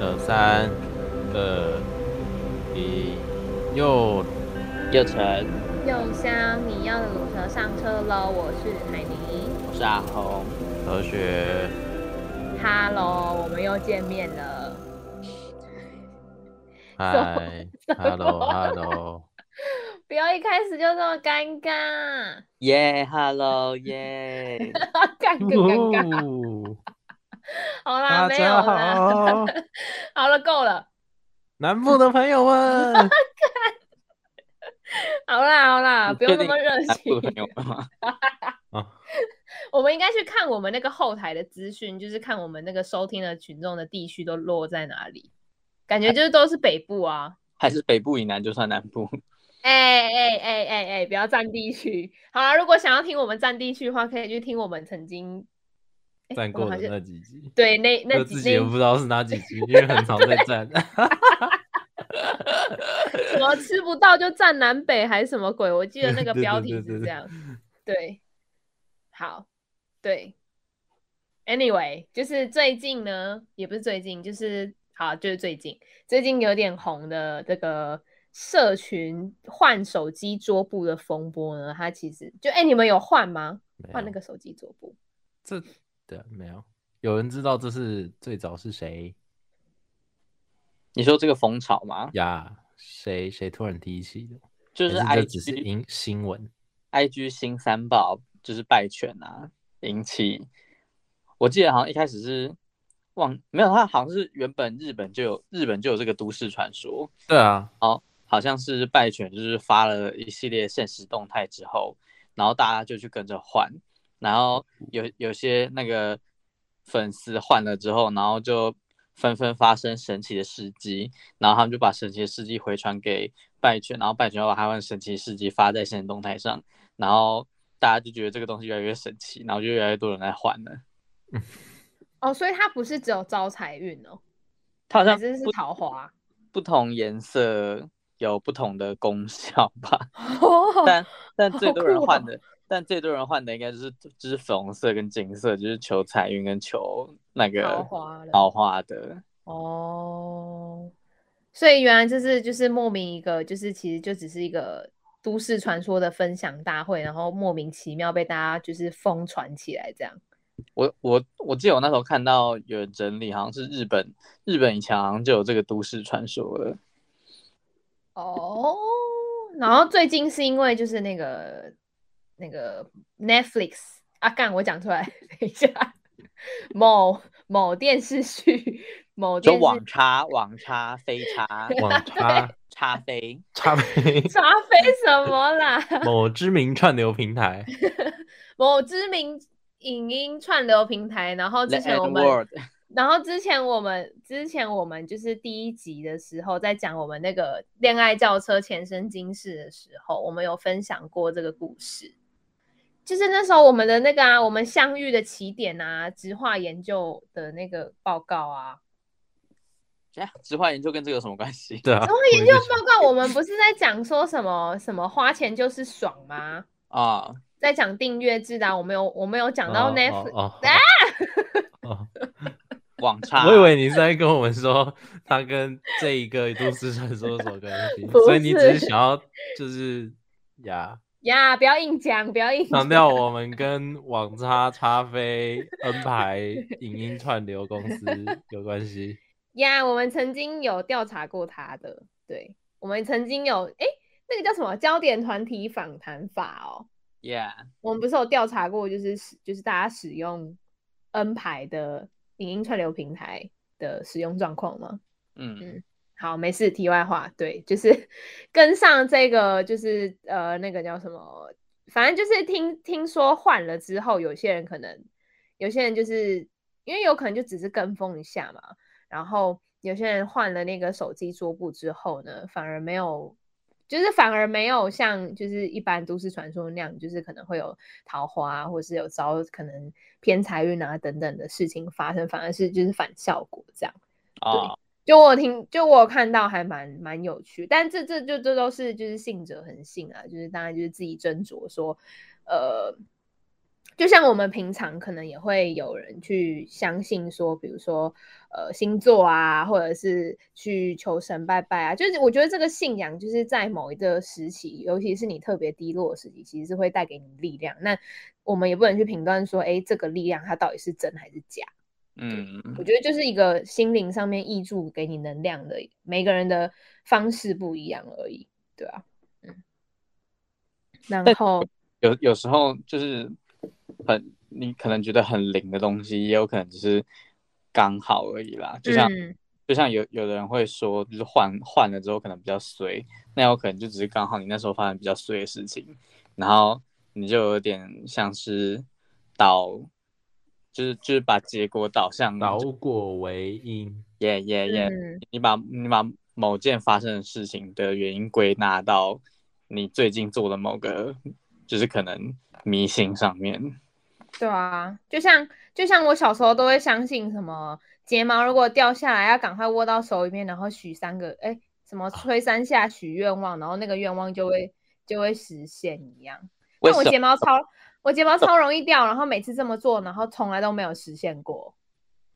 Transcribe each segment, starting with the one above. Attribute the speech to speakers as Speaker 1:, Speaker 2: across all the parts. Speaker 1: 呃，三、二、一，又
Speaker 2: 又成，
Speaker 3: 又香，你要的卤蛇上车喽！我是海尼。
Speaker 2: 我是阿红，
Speaker 1: 何学
Speaker 3: Hello，我们又见面了。
Speaker 1: 嗨
Speaker 3: 什么
Speaker 1: ，hello，hello，
Speaker 3: 不要一开始就这么尴尬，
Speaker 2: 耶、h e l l o 耶、
Speaker 3: 尴尬尴尬。
Speaker 1: 哦
Speaker 3: 好啦，
Speaker 1: 大
Speaker 3: 没有
Speaker 1: 家，
Speaker 3: 啦
Speaker 1: 好，
Speaker 3: 好了，够了，
Speaker 1: 南部的朋友 们，
Speaker 3: 好啦，好啦，
Speaker 2: 你
Speaker 3: 不用
Speaker 2: 确
Speaker 3: 那
Speaker 2: 定
Speaker 3: 么热
Speaker 2: 南部的
Speaker 3: 情
Speaker 2: 朋。友们吗？
Speaker 1: 啊，
Speaker 3: 我们应该去看我们那个后台的资讯，就是看我们那个收听的群众的地区都落在哪里，感觉就是都是北部啊。
Speaker 2: 还是北部以南就算南部？
Speaker 3: 哎哎哎哎哎，不要占地区。好啦，如果想要听我们占地区的话，可以去听我们曾经哎
Speaker 1: 站
Speaker 3: 我们
Speaker 1: 过
Speaker 3: 好
Speaker 1: 的
Speaker 3: 像
Speaker 1: 那几集，
Speaker 3: 对那 那
Speaker 1: 我
Speaker 3: 几
Speaker 1: 自己
Speaker 3: 那
Speaker 1: 也不知道是哪几集，因为很常在 站。
Speaker 3: 什么吃不到就占南北还是什么鬼？我记得那个
Speaker 1: 对
Speaker 3: 标
Speaker 1: 对
Speaker 3: 题
Speaker 1: 对对
Speaker 3: 是这
Speaker 1: 对
Speaker 3: 样。对，好，对。Anyway，就是最近呢，也不是最近，就是好，就是最近最近有点红的这个社群换手机桌布的风波呢，它其实就哎、你们有换
Speaker 2: 啊
Speaker 3: 吗？
Speaker 1: 没
Speaker 3: 换那
Speaker 1: 有
Speaker 3: 个手机桌布？
Speaker 1: 这对没有，有人知道这是最早是谁
Speaker 2: 你说这个风潮吗？
Speaker 1: 呀？谁谁突然提起的？
Speaker 2: 就
Speaker 1: 还这只是
Speaker 2: IG
Speaker 1: 新新闻？
Speaker 2: IG 新三宝就是败犬啊，引起我记得好像一开始是忘没有，它好像是原本日本就有日本就有这个都市传说，
Speaker 1: 对啊，
Speaker 2: 好像是败犬就是发了一系列现实动态之后，然后大家就去跟着换，然后有有些那个粉丝换了之后，然后就纷纷发生神奇的事迹，然后他们就把神奇的事迹回传给败犬，然后败犬又把他们神奇的事迹发在现实动态上，然后大家就觉得这个东西越来越神奇，然后就越来越多人来换了。
Speaker 3: 哦，所以它不是只有招财运哦，
Speaker 2: 它好
Speaker 3: 还
Speaker 2: 像
Speaker 3: 是是
Speaker 2: 不
Speaker 3: 桃花？
Speaker 2: 不同颜色有不同的功效吧？
Speaker 3: 哦，
Speaker 2: 但但最
Speaker 3: 好
Speaker 2: 多人
Speaker 3: 酷哦
Speaker 2: 换的，但最多人换的应该就是就是粉红色跟金色，就是求财运跟求那
Speaker 3: 桃
Speaker 2: 个
Speaker 3: 花了。
Speaker 2: 桃花的。
Speaker 3: 哦，所以原来这是就是莫名一个，就是其实就只是一个都市传说的分享大会，然后莫名其妙被大家就是疯传起来 这样。
Speaker 2: 我我我记得我那时候看到有人整理，好像是日本日本以前好像就有这个都市传说了。
Speaker 3: 哦，然后最近是因为就是那个那个 Netflix 啊，干我讲出来， 等一下，某某电视剧，某
Speaker 2: 就
Speaker 3: 电视
Speaker 2: 网咖网咖飞 叉
Speaker 1: 网 咖
Speaker 2: 叉飞，
Speaker 1: 差评
Speaker 3: 查飞什么啦？
Speaker 1: 某知名串流平台，
Speaker 3: 某知名影音串流平台，然后
Speaker 2: The
Speaker 3: 之前我
Speaker 2: N
Speaker 3: 们，
Speaker 2: word，
Speaker 3: 然后之前我们之前我们就是第一集的时候，在讲我们那个恋爱轿车前生今世的时候，我们有分享过这个故事。就是那时候我们的那个啊，我们相遇的起点啊，直化研究的那个报告啊，
Speaker 2: 哎直化研究跟这个有什么关系？
Speaker 1: 对啊，
Speaker 3: 直化研
Speaker 1: 我
Speaker 3: 究
Speaker 1: 也在想
Speaker 3: 报告，我们不是在讲说什么什么花钱就是爽吗？
Speaker 2: 啊，
Speaker 3: 在讲订阅制的啊、我们有我们有讲到
Speaker 1: 哦
Speaker 3: Netflix，、
Speaker 1: 哦
Speaker 3: 啊
Speaker 1: 哦
Speaker 2: 网咖。
Speaker 1: 哦，我以为你是在跟我们说他跟这一个都市传说有什么关系，
Speaker 3: 不
Speaker 1: 所以你只是
Speaker 3: 是
Speaker 1: 想要就是呀
Speaker 3: 呀不要硬讲，不要硬
Speaker 1: 强
Speaker 3: 讲。
Speaker 1: 调我们跟网咖咖啡 N 牌影音串流公司有关系。
Speaker 3: 呀我们曾经有调查过他的，对，我们曾经有哎，那个叫什么焦点团体访谈法哦，
Speaker 2: Yeah，
Speaker 3: 我们不是有调查过，就是使就是大家使用 N 牌的影音串流平台的使用状况吗？
Speaker 2: 嗯，
Speaker 3: 好，没事，题外话，对，就是 跟上这个，就是呃，那个叫什么，反正就是听听说换了之后，有些人可能，有些人就是因为有可能就只是跟风一下嘛，然后有些人换了那个手机桌布之后呢，反而没有，就是反而没有像就是一般都市传说那样，就是可能会有桃花、啊或是有招可能偏财运啊等等的事情发生，反而是就是反效果这样。
Speaker 2: 啊，
Speaker 3: 就我有听，就我有看到还蛮蛮有趣，但这这就这都是就是信者恒信啊，就是当然就是自己斟酌说，呃，就像我们平常可能也会有人去相信说，比如说呃星座啊，或者是去求神拜拜啊，就是我觉得这个信仰就是在某一个时期，尤其是你特别低落的时期，其实是会带给你力量。那我们也不能去评断说，哎，这个力量它到底是真还是假。
Speaker 2: 嗯，
Speaker 3: 我觉得就是一个心灵上面益助给你能量的，每个人的方式不一样而已，对啊，嗯。然
Speaker 2: 但
Speaker 3: 后，
Speaker 2: 有有时候就是很你可能觉得很灵的东西，也有可能只是刚好而已啦。就像、
Speaker 3: 嗯
Speaker 2: 就像有有的人会说，就是换换了之后可能比较衰，那有可能就只是刚好你那时候发生比较衰的事情，然后你就有点像是导，就是就是把结果导向
Speaker 1: 导果为因，
Speaker 2: 耶耶耶，
Speaker 3: 嗯
Speaker 2: 你把你把某件发生的事情的原因归纳到你最近做的某个，就是可能迷信上面。
Speaker 3: 对啊，就像就像我小时候都会相信什么睫毛如果掉下来要赶快握到手里面，然后许三个哎什
Speaker 2: 哦
Speaker 3: 么吹三下许愿望，然后那个愿望就会就会实现一样。
Speaker 2: 为
Speaker 3: 但我
Speaker 2: 什
Speaker 3: 睫
Speaker 2: 么？哦
Speaker 3: 毛超我睫毛超容易掉，然后每次这么做，然后从来都没有实现过。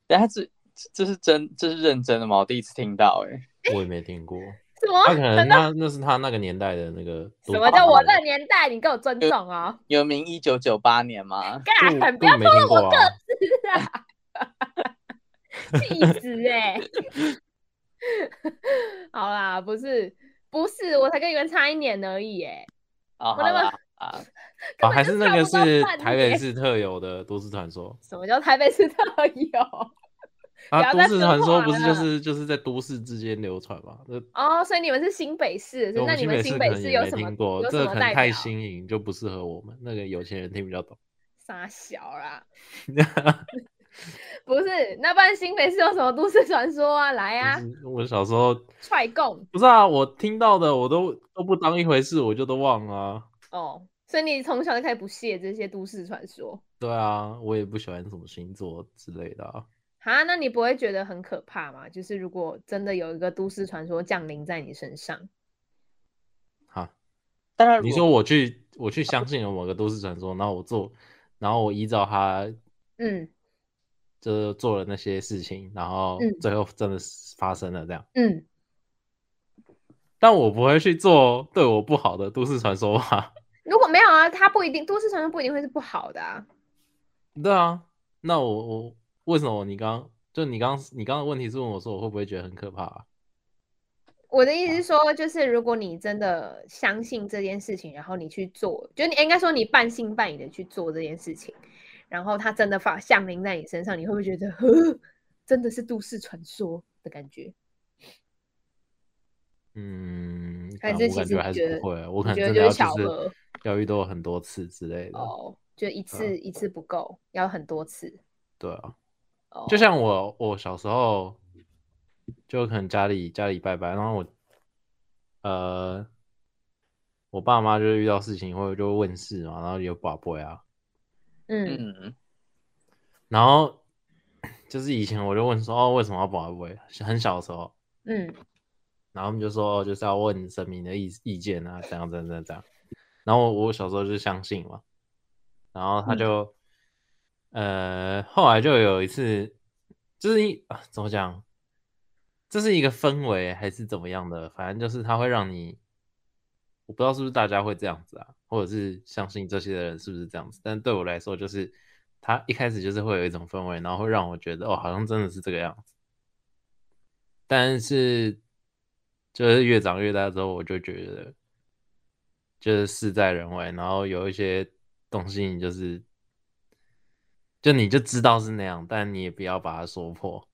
Speaker 2: 等下这这这是真这是认真的吗？我第一次听到、欸，
Speaker 1: 我也没听过。
Speaker 3: 什么？
Speaker 1: 他可能那那是他那个年代的那个读
Speaker 3: 啊
Speaker 1: 法。
Speaker 3: 什么叫我的年代？你给我尊
Speaker 1: 呃
Speaker 3: 重哦！
Speaker 2: 有名一九九八年吗？
Speaker 1: 根
Speaker 3: 干，
Speaker 1: 本
Speaker 3: 不要
Speaker 1: 根本没听过啊！
Speaker 3: 是啊，气死哎、 好啦，不是不是，我才跟你们差一年而已哎、
Speaker 2: 啊、好
Speaker 3: 我那么
Speaker 2: 啦啊，
Speaker 3: 根
Speaker 1: 啊，
Speaker 3: 本
Speaker 1: 还
Speaker 3: 就是
Speaker 1: 那个
Speaker 3: 差不
Speaker 1: 是
Speaker 3: 到半
Speaker 1: 台北
Speaker 3: 年
Speaker 1: 市特有的都市传说
Speaker 3: 什么叫台北市特有？
Speaker 1: 啊，都
Speaker 3: 不要再
Speaker 1: 市
Speaker 3: 说
Speaker 1: 传说
Speaker 3: 话
Speaker 1: 不是就
Speaker 3: 了
Speaker 1: 是就是在都市之间流传嘛？那
Speaker 3: 哦，所以你们是新北市，是
Speaker 1: 我
Speaker 3: 那
Speaker 1: 们
Speaker 3: 你
Speaker 1: 新
Speaker 3: 们
Speaker 1: 北
Speaker 3: 新
Speaker 1: 市
Speaker 3: 北
Speaker 1: 可能
Speaker 3: 市
Speaker 1: 也
Speaker 3: 有
Speaker 1: 没
Speaker 3: 什么
Speaker 1: 听过，
Speaker 3: 有
Speaker 1: 这
Speaker 3: 什
Speaker 1: 个
Speaker 3: 么
Speaker 1: 可
Speaker 3: 代
Speaker 1: 能太
Speaker 3: 表？
Speaker 1: 新颖就不适合我们，那个有钱人听比较 懂。
Speaker 3: 傻小啦，啊不是，那不然新北市有什么都市传说啊？来啊，
Speaker 1: 就是 我小时候
Speaker 3: 踹供
Speaker 1: 不是啊，我听到的我都都不当一回事，我就都忘了啊、
Speaker 3: 哦！所以你从小就开始不屑这些都市传说。
Speaker 1: 对啊，我也不喜欢什么星座之类的啊。
Speaker 3: 啊，那你不会觉得很可怕吗？就是如果真的有一个都市传说降临在你身上，
Speaker 1: 哈，
Speaker 2: 当然
Speaker 1: 你说我去我去相信了某个都市传说，然后我做，然后我依照它
Speaker 3: 嗯
Speaker 1: 就是做了那些事情，然后
Speaker 3: 嗯
Speaker 1: 最后真的是发生了这样。
Speaker 3: 嗯，
Speaker 1: 但我不会去做对我不好的都市传说吧？
Speaker 3: 如果没有啊，它不一定都市传说不一定会是不好的啊。
Speaker 1: 对啊，那我我为什么你刚就你刚你刚刚的问题是问我说我会不会觉得很可怕、啊？
Speaker 3: 我的意思是说，就是如果你真的相信这件事情，然后你去做，就你应该说你半信半疑的去做这件事情，然后它真的发降临在你身上，你会不会觉得，呵，真的是都市传说的感觉？
Speaker 1: 嗯，
Speaker 3: 还
Speaker 1: 但
Speaker 3: 是
Speaker 1: 我
Speaker 3: 哎其
Speaker 1: 感
Speaker 3: 实
Speaker 1: 觉
Speaker 3: 你
Speaker 1: 还
Speaker 3: 觉
Speaker 1: 是
Speaker 3: 得
Speaker 1: 不会，我
Speaker 3: 你
Speaker 1: 可能
Speaker 3: 觉得
Speaker 1: 真
Speaker 3: 就
Speaker 1: 的要
Speaker 3: 是巧
Speaker 1: 就
Speaker 3: 合
Speaker 1: 是要遇到很多次之类的。
Speaker 3: 哦，就一次、一次不够，要很多次。
Speaker 1: 对啊，
Speaker 3: 哦，
Speaker 1: 就像我我小时候，就可能家里家里拜拜，然后我呃，我爸妈就是遇到事情或者就会问事嘛，然后有把杯啊，
Speaker 3: 嗯
Speaker 2: 嗯，
Speaker 1: 然后就是以前我就问说哦为什么要把杯，很小的时候，
Speaker 3: 嗯
Speaker 1: 然后他们就说哦就是要问神明的意意见啊，怎样怎样怎样怎样，然后我我小时候就相信嘛，然后他
Speaker 2: 嗯
Speaker 1: 就、呃后来就有一次，就是一啊怎么讲，这是一个氛围还是怎么样的，反正就是它会让你，我不知道是不是大家会这样子啊，或者是相信这些的人是不是这样子，但对我来说就是。他一开始就是会有一种氛围，然后会让我觉得哦，好像真的是这个样子。但是就是越长越大之后，我就觉得就是事在人为，然后有一些东西你就是就你就知道是那样，但你也不要把它说破。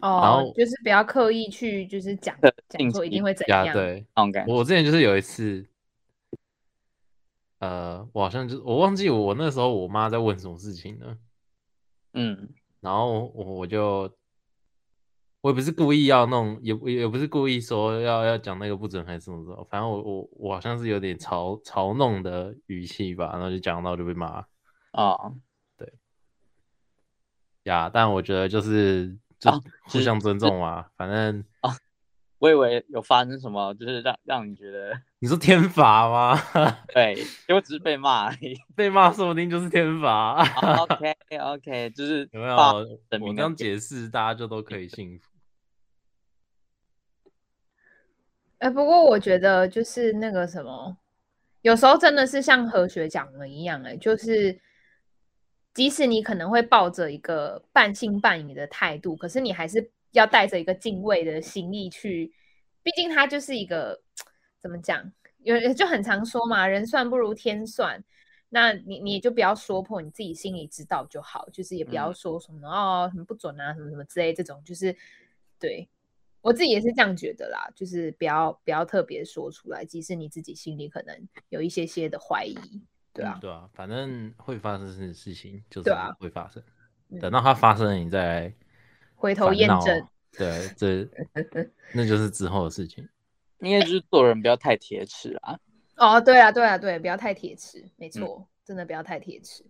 Speaker 1: 然
Speaker 3: 哦
Speaker 1: 后，
Speaker 3: 就是不要刻意去，就是讲
Speaker 2: 呃
Speaker 3: 讲
Speaker 2: 近
Speaker 3: 说一
Speaker 2: 期
Speaker 3: 定会怎
Speaker 1: 呀，
Speaker 3: 样。，
Speaker 1: 对，
Speaker 2: 那种感觉。
Speaker 1: 我之前就是有一次，呃，我好像就是我忘记我那时候我妈在问什么事情了。
Speaker 2: 嗯，
Speaker 1: 然后我我就我也不是故意要弄，也不也不是故意说要要讲那个不准还是什么什么，反正我我我好像是有点嘲嘲弄的语气吧，然后就讲到就被骂
Speaker 2: 哦，
Speaker 1: 呀。但我觉得就是就
Speaker 2: 啊
Speaker 1: 互
Speaker 2: 是
Speaker 1: 相尊重嘛，反正
Speaker 2: 啊我以为有发生什么，就是让让你觉得
Speaker 1: 你说天罚吗？
Speaker 2: 对，结果只是被骂而已。
Speaker 1: 被骂说不定就是天罚，
Speaker 2: 好 OK OK，就是
Speaker 1: 有没有？
Speaker 2: 爸啊
Speaker 1: 我
Speaker 2: 神明
Speaker 1: 这
Speaker 2: 的
Speaker 1: 样解释，大家就都可以信服。
Speaker 3: 哎、不过我觉得就是那个什么，有时候真的是像何学讲的一样、哎，就是即使你可能会抱着一个半信半疑的态度，可是你还是要带着一个敬畏的心意去，毕竟它就是一个怎么讲，有人就很常说嘛，人算不如天算。那你你就不要说破，你自己心里知道就好，就是也不要
Speaker 2: 嗯
Speaker 3: 说什么、哦什么不准啊，什么什么之类这种，就是对我自己也是这样觉得啦，就是不要不要特别说出来，即使你自己心里可能有一些些的怀疑，对啊，
Speaker 1: 对啊，反正会发生的事情就是
Speaker 3: 对啊
Speaker 1: 会发生，
Speaker 3: 嗯
Speaker 1: 等到它发生了，你再来
Speaker 3: 回头
Speaker 1: 烦
Speaker 3: 验
Speaker 1: 恼啊
Speaker 3: 证。。
Speaker 1: 对， 这那就是之后的事情。
Speaker 2: 应该就是做人不要太铁齿啊。
Speaker 3: 哦，对啊，对啊，对，不要太铁齿，
Speaker 1: 嗯
Speaker 3: 没错，真的不要太铁齿，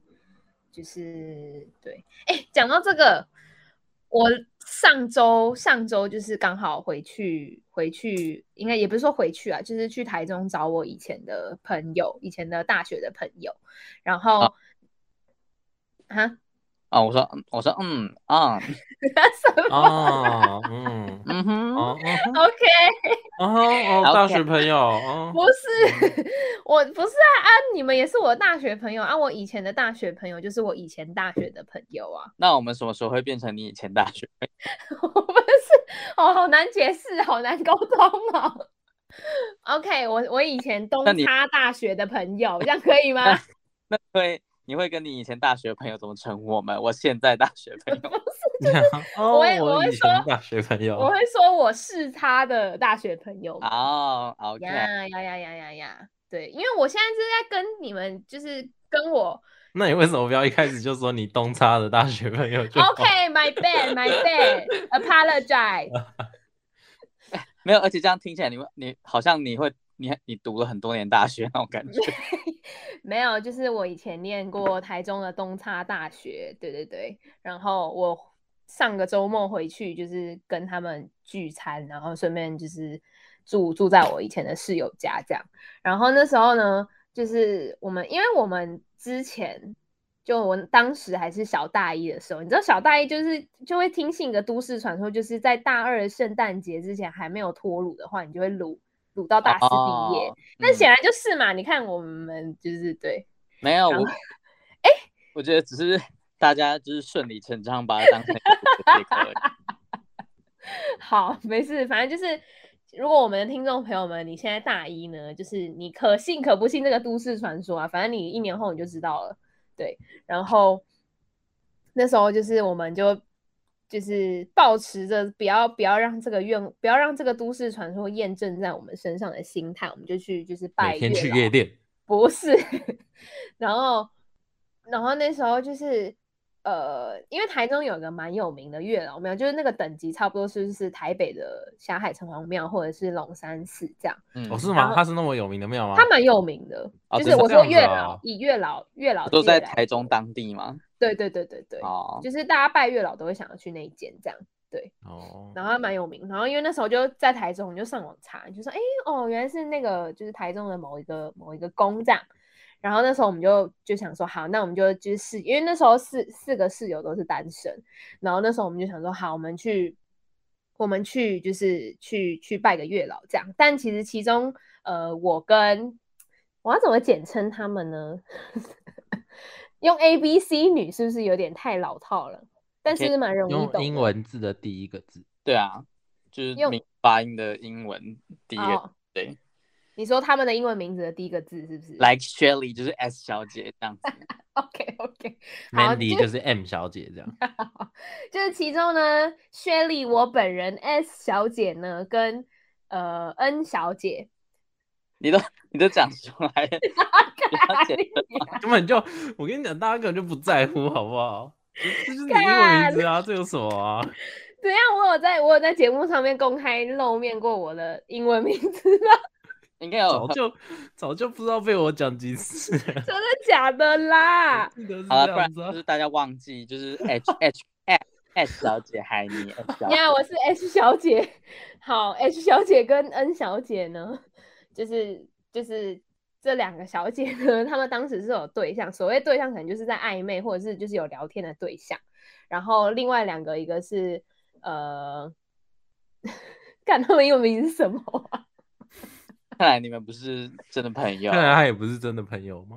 Speaker 3: 就是对。哎，讲到这个，我上周上周就是刚好回去回去，应该也不是说回去啊，就是去台中找我以前的朋友，以前的大学的朋友，然后
Speaker 2: 啊
Speaker 3: 啊，
Speaker 2: 啊，我说，嗯我说，嗯啊，
Speaker 1: 哦，嗯，
Speaker 2: 嗯哼，
Speaker 1: 哦，嗯哼
Speaker 3: OK，
Speaker 1: 哦哼，哦，
Speaker 2: OK
Speaker 1: 大学朋友，哦，
Speaker 3: 不是，我不是啊啊！你们也是我大学朋友啊，我以前的大学朋友就是我以前大学的朋友啊，
Speaker 2: 那我们什么时候会变成你以前大学？
Speaker 3: 我不是，哦，好难解释，好难沟通哦。OK，我我以前东
Speaker 2: 那你
Speaker 3: 差大学的朋友，这样可以吗？
Speaker 2: 那会你会跟你以前大学朋友怎么称呼我们？我现在大学朋友，
Speaker 1: 哦，
Speaker 3: 我也我会
Speaker 1: 以前
Speaker 3: 说
Speaker 1: 大学朋
Speaker 3: 我
Speaker 1: 友，
Speaker 3: 会说我是他的大学朋友嘛
Speaker 2: 哦，OK，
Speaker 3: 呀呀呀呀呀呀！对，因为我现在是在跟你们，就是跟我
Speaker 1: 那你为什么不要一开始就说你东差的大学朋友就好
Speaker 3: OK，my bad，my bad，apologize。
Speaker 2: 没有，而且这样听起来你，会你好像你会，你你读了很多年大学那种感觉。
Speaker 3: 没有，就是我以前念过台中的东差大学，对对对。然后我上个周末回去，就是跟他们聚餐，然后顺便就是住住在我以前的室友家这样。然后那时候呢，就是我们，因为我们之前就我当时还是小大一的时候，你知道小大一就是就会听信一个都市传说，就是在大二的圣诞节之前还没有脱乳的话，你就会乳乳到大四毕业。
Speaker 2: 哦
Speaker 3: 那
Speaker 2: 嗯、
Speaker 3: 显然就是嘛，你看我们就是 对，
Speaker 2: 没有
Speaker 3: 然
Speaker 2: 我，
Speaker 3: 后
Speaker 2: 哎、我觉得只是大家就是顺理成章把它当成一个借口 而已
Speaker 3: 好，没事，反正就是，如果我们的听众朋友们，你现在大一呢，就是你可信可不信这个都市传说啊，反正你一年后你就知道了，对。然后那时候就是我们就就是保持着不要不要让这个愿不要让这个都市传说验证在我们身上的心态，我们就去就是拜
Speaker 1: 每天
Speaker 3: 月
Speaker 1: 去
Speaker 3: 老
Speaker 1: 夜店，
Speaker 3: 不是， 然后，然后那时候就是，呃，因为台中有一个蛮有名的月老庙，就是那个等级差不多是是台北的霞海城隍庙或者是龙山寺这样，
Speaker 2: 嗯，
Speaker 1: 哦，是
Speaker 3: 然
Speaker 1: 吗？
Speaker 3: 后
Speaker 1: 他是那么有名的庙吗？
Speaker 3: 它蛮有名的。
Speaker 2: 哦啊
Speaker 3: 就
Speaker 2: 真
Speaker 3: 是
Speaker 2: 的
Speaker 3: 我
Speaker 1: 这
Speaker 3: 说
Speaker 1: 样子
Speaker 3: 月
Speaker 1: 啊
Speaker 3: 老，以月老月老
Speaker 2: 都
Speaker 3: 界
Speaker 2: 在
Speaker 3: 来
Speaker 2: 台中
Speaker 3: 说，
Speaker 2: 当地吗？
Speaker 3: 对对对啊对对，
Speaker 2: 哦，
Speaker 3: 就是大家拜月老都会想要去那一间这样。
Speaker 1: 哦，
Speaker 3: 然后还蛮有名。然后因为那时候就在台中，你就上网查，你就说，哎，哦，原来是那个就是台中的某一个某一个宫这样。然后那时候我们就就想说，好，那我们就就是室因为那时候四四个室友都是单身，然后那时候我们就想说，好，我们去我们去就是去去拜个月老这样。但其实其中呃，我跟我要怎么简称他们呢？ 用 A、B、C 女是不是有点太老套了？但
Speaker 2: 可
Speaker 3: 是
Speaker 2: 以
Speaker 3: 是蛮容易
Speaker 1: 用
Speaker 3: 懂的。
Speaker 1: 英文字的第一个字，
Speaker 2: 对啊，就是
Speaker 3: 用
Speaker 2: 明发音的英文第一个、
Speaker 3: 哦
Speaker 2: 对
Speaker 3: 你说他们的英文名字的第一个字是不是
Speaker 2: ，like Shelly 就是 S 小姐这样子。
Speaker 3: OK OK，好
Speaker 1: Mandy 就是 M 小姐这样。
Speaker 3: 就是其中呢，薛丽我本人 S 小姐呢跟呃 N 小姐，
Speaker 2: 你都你都讲出来，解
Speaker 1: 根本就，我跟你讲，大家根本就不在乎，好不好？ 这就是你英文名
Speaker 3: 干
Speaker 1: 字啊，这有什么啊？
Speaker 3: 怎样？我有在我有在节目上面公开露面过我的英文名字吗？
Speaker 2: 应该有
Speaker 3: 哦
Speaker 1: 早就早就不知道被我讲几次了，
Speaker 3: 真的假的啦？
Speaker 1: 记得是
Speaker 2: 好了，
Speaker 1: 这
Speaker 2: 不然
Speaker 1: 样子啊
Speaker 2: 就。是大家忘记就是 H H F S 小姐嗨你，S 小
Speaker 3: 你
Speaker 2: 姐
Speaker 3: 看，我是 H 小姐。好，H 小姐跟 N 小姐呢，就是就是这两个小姐呢， 她们当时是有对象，所谓对象可能就是在暧昧，或者是就是有聊天的对象。然后另外两个，一个是呃， 看他们英文名字是什么啊、
Speaker 2: 看来你们不是真的朋友
Speaker 1: 看。来他也不是真的朋友 嘛。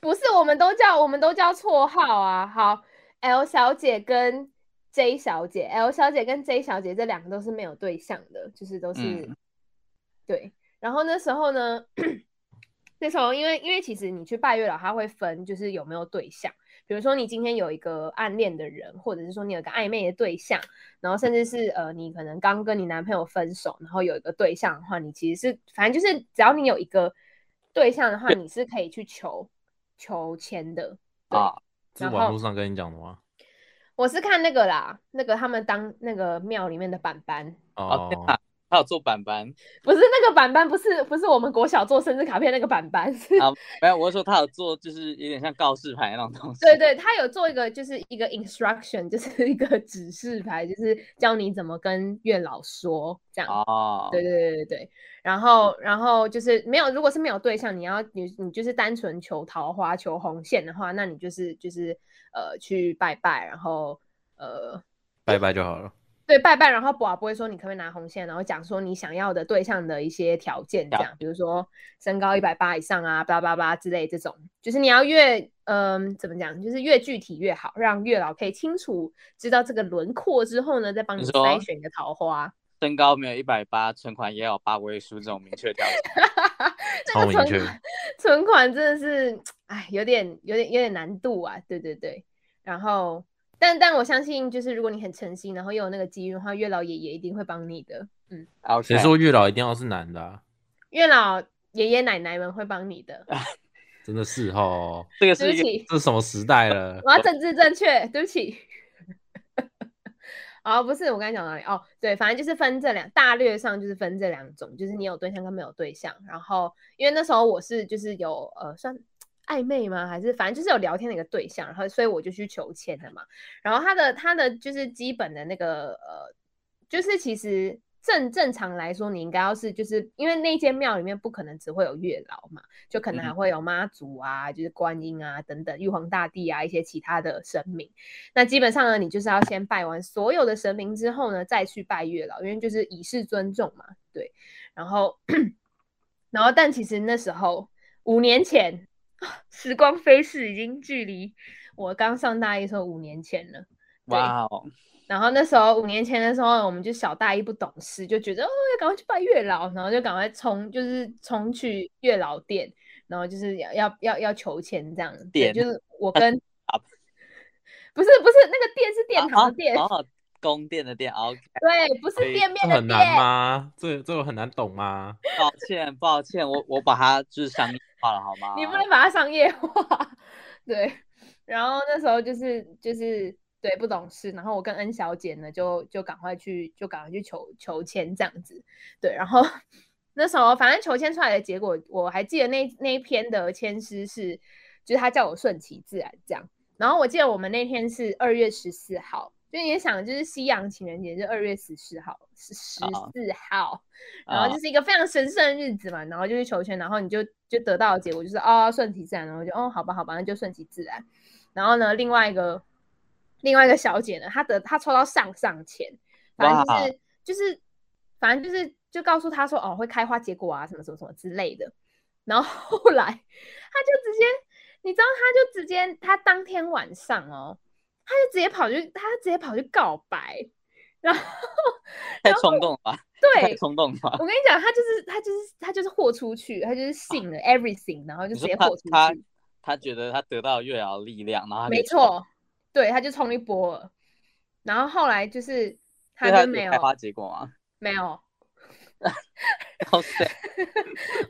Speaker 3: 不是，我们都叫我们都叫绰号啊。好，L 小姐跟 J 小姐，L 小姐跟 J 小姐这两个都是没有对象的，就是都是、
Speaker 2: 嗯
Speaker 3: 对。然后那时候呢， 那时候因为因为其实你去拜月老，他会分就是有没有对象，比如说你今天有一个暗恋的人，或者是说你有个暧昧的对象，然后甚至是呃你可能刚跟你男朋友分手，然后有一个对象的话，你其实是反正就是只要你有一个对象的话，你是可以去求求签的。
Speaker 2: 啊，
Speaker 1: 是
Speaker 3: 然后
Speaker 1: 网络上跟你讲的吗？
Speaker 3: 我是看那个啦，那个他们当那个庙里面的板板，
Speaker 2: 哦
Speaker 1: 哦
Speaker 2: 天，哪，还有做板板
Speaker 3: 不是那个板板，不是不是我们国小做生日卡片那个板板，是、
Speaker 2: 啊？没有，我是说他有做，就是有点像告示牌那种东西。
Speaker 3: 对对，他有做一个就是一个 instruction，就是 一个指示牌，就是教你怎么跟月老说这样。
Speaker 2: 哦，
Speaker 3: 对对对对对，然后然后就是没有，如果是没有对象，你要你你就是单纯求桃花、求红线的话，那你就是就是呃去拜拜，然后呃
Speaker 1: 拜拜就好了。
Speaker 3: 对拜拜，然后卜不会说你可不可以拿红线，然后讲说你想要的对象的一些条件，这
Speaker 2: 条
Speaker 3: 样，比如说身高一百八以上啊，叭叭叭之类这种，就是你要越嗯、怎么讲，就是越具体越好，让月老可以清楚知道这个轮廓之后呢，再帮
Speaker 2: 你
Speaker 3: 你
Speaker 2: 说
Speaker 3: 筛选你的桃花。
Speaker 2: 身高没有一百八，存款也有八位数这种明确 条件。
Speaker 3: 这
Speaker 1: 超
Speaker 3: 个
Speaker 1: 明
Speaker 3: 存
Speaker 1: 确
Speaker 3: 款存款真的是，哎，有点有点有点难度啊，对对对。然后，但但我相信，就是如果你很诚心，然后又有那个机遇的话，月老爷爷一定会帮你的。嗯，
Speaker 2: OK，
Speaker 1: 谁说月老一定要是男的、啊？
Speaker 3: 月老爷爷奶奶们会帮你的。
Speaker 1: 真的是 哦，
Speaker 2: 这个是
Speaker 3: 对不
Speaker 2: 一个
Speaker 3: 起，
Speaker 1: 这是什么时代了？
Speaker 3: 我要政治正确，对不起。 哦，不是，我刚才讲哪里？哦，对，反正就是分这两，大略上就是分这两种，就是你有对象跟没有对象。然后，因为那时候我是就是有呃算暧昧吗？还是反正就是有聊天的一个对象，然后所以我就去求签了嘛。然后他的他的就是基本的那个呃，就是其实正正常来说，你应该要是就是因为那间庙里面不可能只会有月老嘛，就可能还
Speaker 2: 嗯
Speaker 3: 会有妈祖啊，就是观音啊等等玉皇大帝啊一些其他的神明。那基本上呢，你就是要先拜完所有的神明之后呢，再去拜月老，因为就是以示尊重嘛，对。然后，然后但其实那时候五年前， 时光飞逝，已经距离我刚上大一的时候五年前了。对
Speaker 2: 哇哦，
Speaker 3: 然后那时候五年前的时候，我们就小大一不懂事，就觉得哦要赶快去拜月老，然后就赶快冲，就是冲去月老店，然后就是要要要要求签这样。对，
Speaker 2: 店
Speaker 3: 就是我跟
Speaker 2: 啊
Speaker 3: 不是不是那个店是殿堂的店，
Speaker 2: 哦，哎哦宫殿的殿，OK，
Speaker 3: 对，不是
Speaker 2: 所以
Speaker 3: 店面
Speaker 1: 这
Speaker 3: 的
Speaker 1: 很难
Speaker 3: 店。
Speaker 1: 吗？这这我很难懂吗？
Speaker 2: 抱歉抱歉，我我把它就是商业化了好吗？
Speaker 3: 你不能把它商业化。 对，然后那时候就是就是对不懂事，然后我跟恩小姐呢就就赶快去就赶快去求求签这样子，对，然后那时候反正求签出来的结果，我还记得那那一篇的签诗是，就是他叫我顺其自然这样，然后我记得我们那天是二月十四号。就你也想，就是西洋情人节是二月十四号，是十
Speaker 2: 啊
Speaker 3: 四号，然
Speaker 2: 啊
Speaker 3: 后就是一个非常神圣的日子嘛，然后就去求签，然后你就就得到的结果就是哦顺其自然，然后就哦好吧好吧，那就顺其自然。然后呢，另外一个另外一个小姐呢，她得她抽到上上签，反正就是就是反正就是就告诉她说哦会开花结果啊什么什么什么之类的。然后后来她就直接，你知道她就直接她当天晚上哦，她就直接跑去她就直接跑去告白，然后
Speaker 2: 太冲动了吧，太
Speaker 3: 对
Speaker 2: 冲动了吧。
Speaker 3: 我跟你讲，他就是他就是他就是豁出去，他就是信了 everything，然后就
Speaker 2: 啊你
Speaker 3: 直
Speaker 2: 说
Speaker 3: 接
Speaker 2: 他
Speaker 3: 豁出
Speaker 2: 他
Speaker 3: 去，
Speaker 2: 他觉得他得到月老的力量，然后他可以
Speaker 3: 没错，对，他就冲一波了。然后后来就是
Speaker 2: 冲，
Speaker 3: 他
Speaker 2: 对他啊
Speaker 3: 就没有
Speaker 2: 开花结果 吗？
Speaker 3: 没有，
Speaker 2: 哇塞，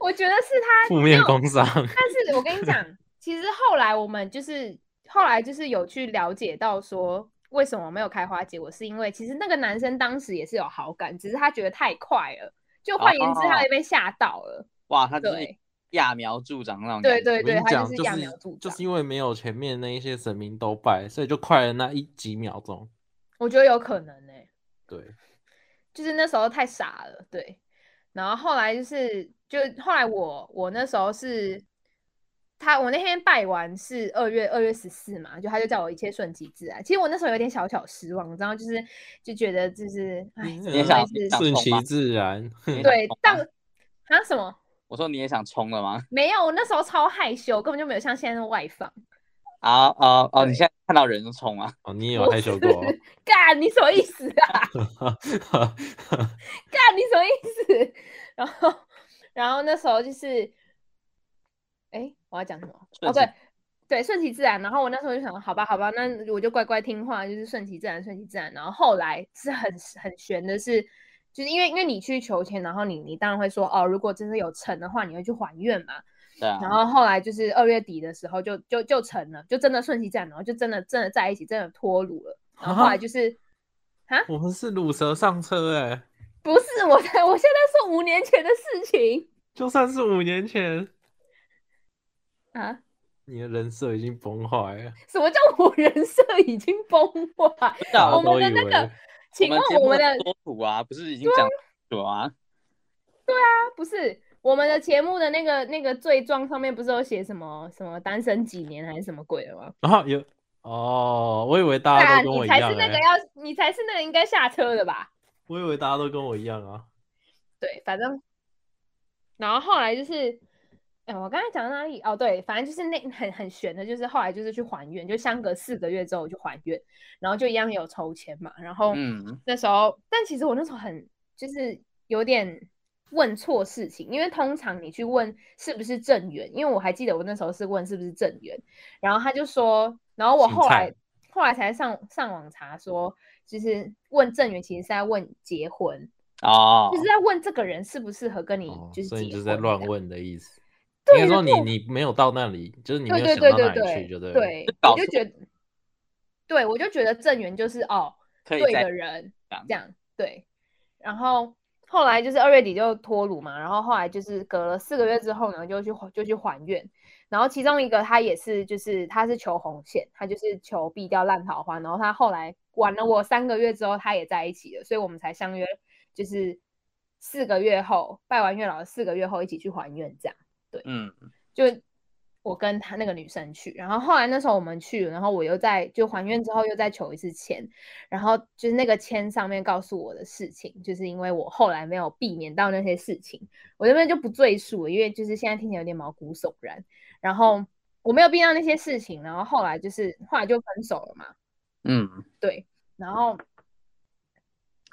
Speaker 3: 我觉得是他
Speaker 1: 负面工伤，
Speaker 3: 但是我跟你 讲，其实后来我们就是后来就是有去了解到说，为什么没有开花结果，是因为其实那个男生当时也是有好感，只是他觉得太快了，就换言之，
Speaker 2: 哦
Speaker 3: 他也被吓到了。
Speaker 2: 哇，他就是
Speaker 3: 对
Speaker 2: 揠苗助长那种
Speaker 3: 对
Speaker 2: 感觉。
Speaker 1: 我
Speaker 3: 对
Speaker 1: 跟
Speaker 3: 对，
Speaker 1: 你
Speaker 3: 他
Speaker 1: 讲，
Speaker 3: 是
Speaker 1: 就
Speaker 3: 揠苗助
Speaker 1: 是就
Speaker 3: 长
Speaker 1: 是。因为没有前面那一些神明都拜，所以就快了那一几秒钟。
Speaker 3: 我觉得有可能欸呢、
Speaker 1: 对，
Speaker 3: 就是那时候太傻了，对。然后后来就是，就后来我我那时候是他，我那天拜完是二月二月十四嘛，就他就叫我一切顺其自然。其实我那时候有点小小失望，你知道，就是就觉得就是哎，
Speaker 1: 嗯
Speaker 3: 怎么
Speaker 2: 你也想
Speaker 3: 会是
Speaker 2: 你想
Speaker 1: 顺
Speaker 2: 冲
Speaker 1: 其
Speaker 2: 吧
Speaker 1: 自然。
Speaker 2: 你也想
Speaker 3: 对
Speaker 2: 冲吗，
Speaker 3: 但啊什么
Speaker 2: 我说你也想冲了吗？
Speaker 3: 没有，我那时候超害羞，根本就没有像现在那么外放。
Speaker 2: 啊啊哦！
Speaker 3: 对
Speaker 2: 你现在看到人就冲啊！
Speaker 1: 哦，你也有害羞过哦、
Speaker 3: 干，你什么意思啊？干你什么意思？ 然后，然后那时候就是，哎，我要讲什么？哦，
Speaker 2: 顺其
Speaker 3: 对，对，顺其自然。然后我那时候就想，好吧，好吧，那我就乖乖听话，就是顺其自然，顺其自然。然后后来是很很悬的是，就是因为因为你去求签，然后你你当然会说，哦，如果真的有成的话，你会去还愿嘛。
Speaker 2: 对啊，
Speaker 3: 然后后来就是二月底的时候就就就成了，就真的顺其自然，然后就真的真的在一起，真的脱乳了。然后后来就是。
Speaker 1: 我们是乳蛇上车哎、
Speaker 3: 不是我在，我现在说五年前的事情
Speaker 1: 就算是五年前，
Speaker 3: 啊！
Speaker 1: 你的人设已经崩坏了。
Speaker 3: 什么叫我人设已经崩坏？
Speaker 2: 不是啊
Speaker 1: 大
Speaker 3: 哦我
Speaker 1: 家
Speaker 2: 我
Speaker 3: 们
Speaker 1: 都
Speaker 3: 的
Speaker 1: 以
Speaker 3: 那个
Speaker 1: 为
Speaker 3: 请
Speaker 2: 们
Speaker 3: 问
Speaker 2: 节
Speaker 3: 我
Speaker 2: 目
Speaker 3: 们
Speaker 2: 有
Speaker 3: 的
Speaker 2: 多土啊，不是已经讲土啊？
Speaker 3: 啊不是我们的节目的那个那个罪状上面不是有写什么什么单身几年还是什么鬼的吗？
Speaker 1: 然后有哦，我以为大
Speaker 3: 啊，
Speaker 1: 家都跟
Speaker 3: 你
Speaker 1: 我一
Speaker 3: 才
Speaker 1: 样
Speaker 3: 是那
Speaker 1: 哎、
Speaker 3: 个要，你才是那个应该下车的吧？
Speaker 1: 我以为大家都跟我一样啊。
Speaker 3: 对，反正，然后后来就是，哎、我刚才讲到哪里？哦，对，反正就是那很很悬的，就是后来就是去还愿，就相隔四个月之后我去还愿，然后就一样有抽签嘛，然后
Speaker 2: 嗯，
Speaker 3: 那时候，但其实我那时候很就是有点问错事情，因为通常你去问是不是正缘，因为我还记得我那时候是问是不是正缘，然后他就说，然后我
Speaker 1: 姓
Speaker 3: 后来
Speaker 1: 蔡
Speaker 3: 后来才上上网查说，就是问正缘其实是在问结婚，
Speaker 2: 哦，
Speaker 3: 就是在问这个人适不适合跟你
Speaker 1: 哦，
Speaker 3: 就是
Speaker 1: 所以你
Speaker 3: 结
Speaker 1: 就是
Speaker 3: 婚
Speaker 1: 在
Speaker 3: 这
Speaker 1: 乱
Speaker 3: 样，
Speaker 1: 问的意思。
Speaker 3: 对
Speaker 1: 应该说
Speaker 3: 然后
Speaker 1: 你你没有到那里，就是你没
Speaker 3: 对
Speaker 1: 有
Speaker 3: 对
Speaker 1: 想
Speaker 3: 对
Speaker 1: 到
Speaker 3: 对
Speaker 1: 那里
Speaker 3: 对
Speaker 1: 去，就对了。
Speaker 3: 对
Speaker 2: 就，搞
Speaker 3: 我就
Speaker 2: 错
Speaker 3: 觉得，对我就觉得正缘就是哦
Speaker 2: 可以
Speaker 3: 对
Speaker 2: 再
Speaker 3: 的人，
Speaker 2: 讲
Speaker 3: 这。样对。然后后来就是二月底就脱乳嘛，然后后来就是隔了四个月之后呢，就去就去还愿。然后其中一个他也是，就是他是求红线，他就是求避掉烂桃花。然后他后来玩了我三个月之后，他也在一起了，所以我们才相约，就是四个月后拜完月老，四个月后一起去还愿，这样。
Speaker 2: 嗯，
Speaker 3: 就我跟他那个女生去，然后后来那时候我们去，然后我又在就还愿之后又再求一次签，然后就是那个签上面告诉我的事情，就是因为我后来没有避免到那些事情，我这边就不赘述了，因为就是现在听起来有点毛骨悚然。然后我没有避到那些事情，然后后来就是后来就分手了嘛，
Speaker 2: 嗯，
Speaker 3: 对，然后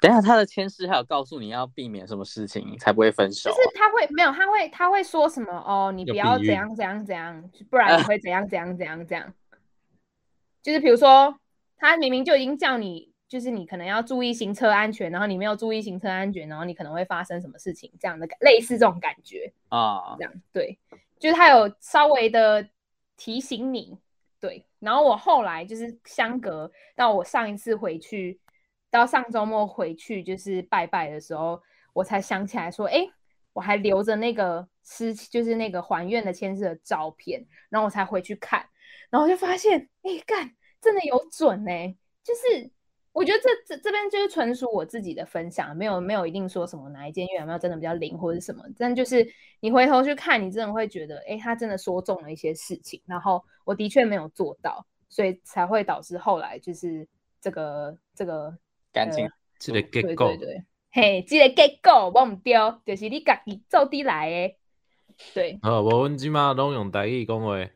Speaker 2: 等一下他的签诗还有告诉你要避免什么事情才不会分手
Speaker 3: 就
Speaker 2: 啊、
Speaker 3: 是他会没有，他会他会说什么哦，你
Speaker 1: 有
Speaker 3: 不
Speaker 1: 比
Speaker 3: 要怎
Speaker 1: 喻
Speaker 3: 样怎样怎样，不然你会怎样怎样怎样怎样。就是比如说，他明明就已经叫你，就是你可能要注意行车安全，然后你没有注意行车安全，然后你可能会发生什么事情，这样的感类似这种感觉，
Speaker 2: 啊
Speaker 3: 这样对，就是他有稍微的提醒你，对。然后我后来就是相隔到我上一次回去，到上周末回去就是拜拜的时候，我才想起来说，哎，我还留着那个诗，就是那个还愿的签字的照片，然后我才回去看，然后我就发现，哎，干，真的有准呢、就是。我觉得这这这边就是纯属我自己的分享，没有没有一定说什么哪一间月有没有真的比较灵或者什么，但就是你回头去看，你真的会觉得，哎，他真的说中了一些事情，然后我的确没有做到，所以才会导致后来就是这个这个
Speaker 2: 感
Speaker 3: 呃
Speaker 2: 情
Speaker 1: 记得
Speaker 3: 对
Speaker 1: get go
Speaker 3: 对。对，嘿，这个结果我唔对，就是你家己做的来的。对，
Speaker 1: 好，无阮即马拢用台语讲话，
Speaker 3: 啊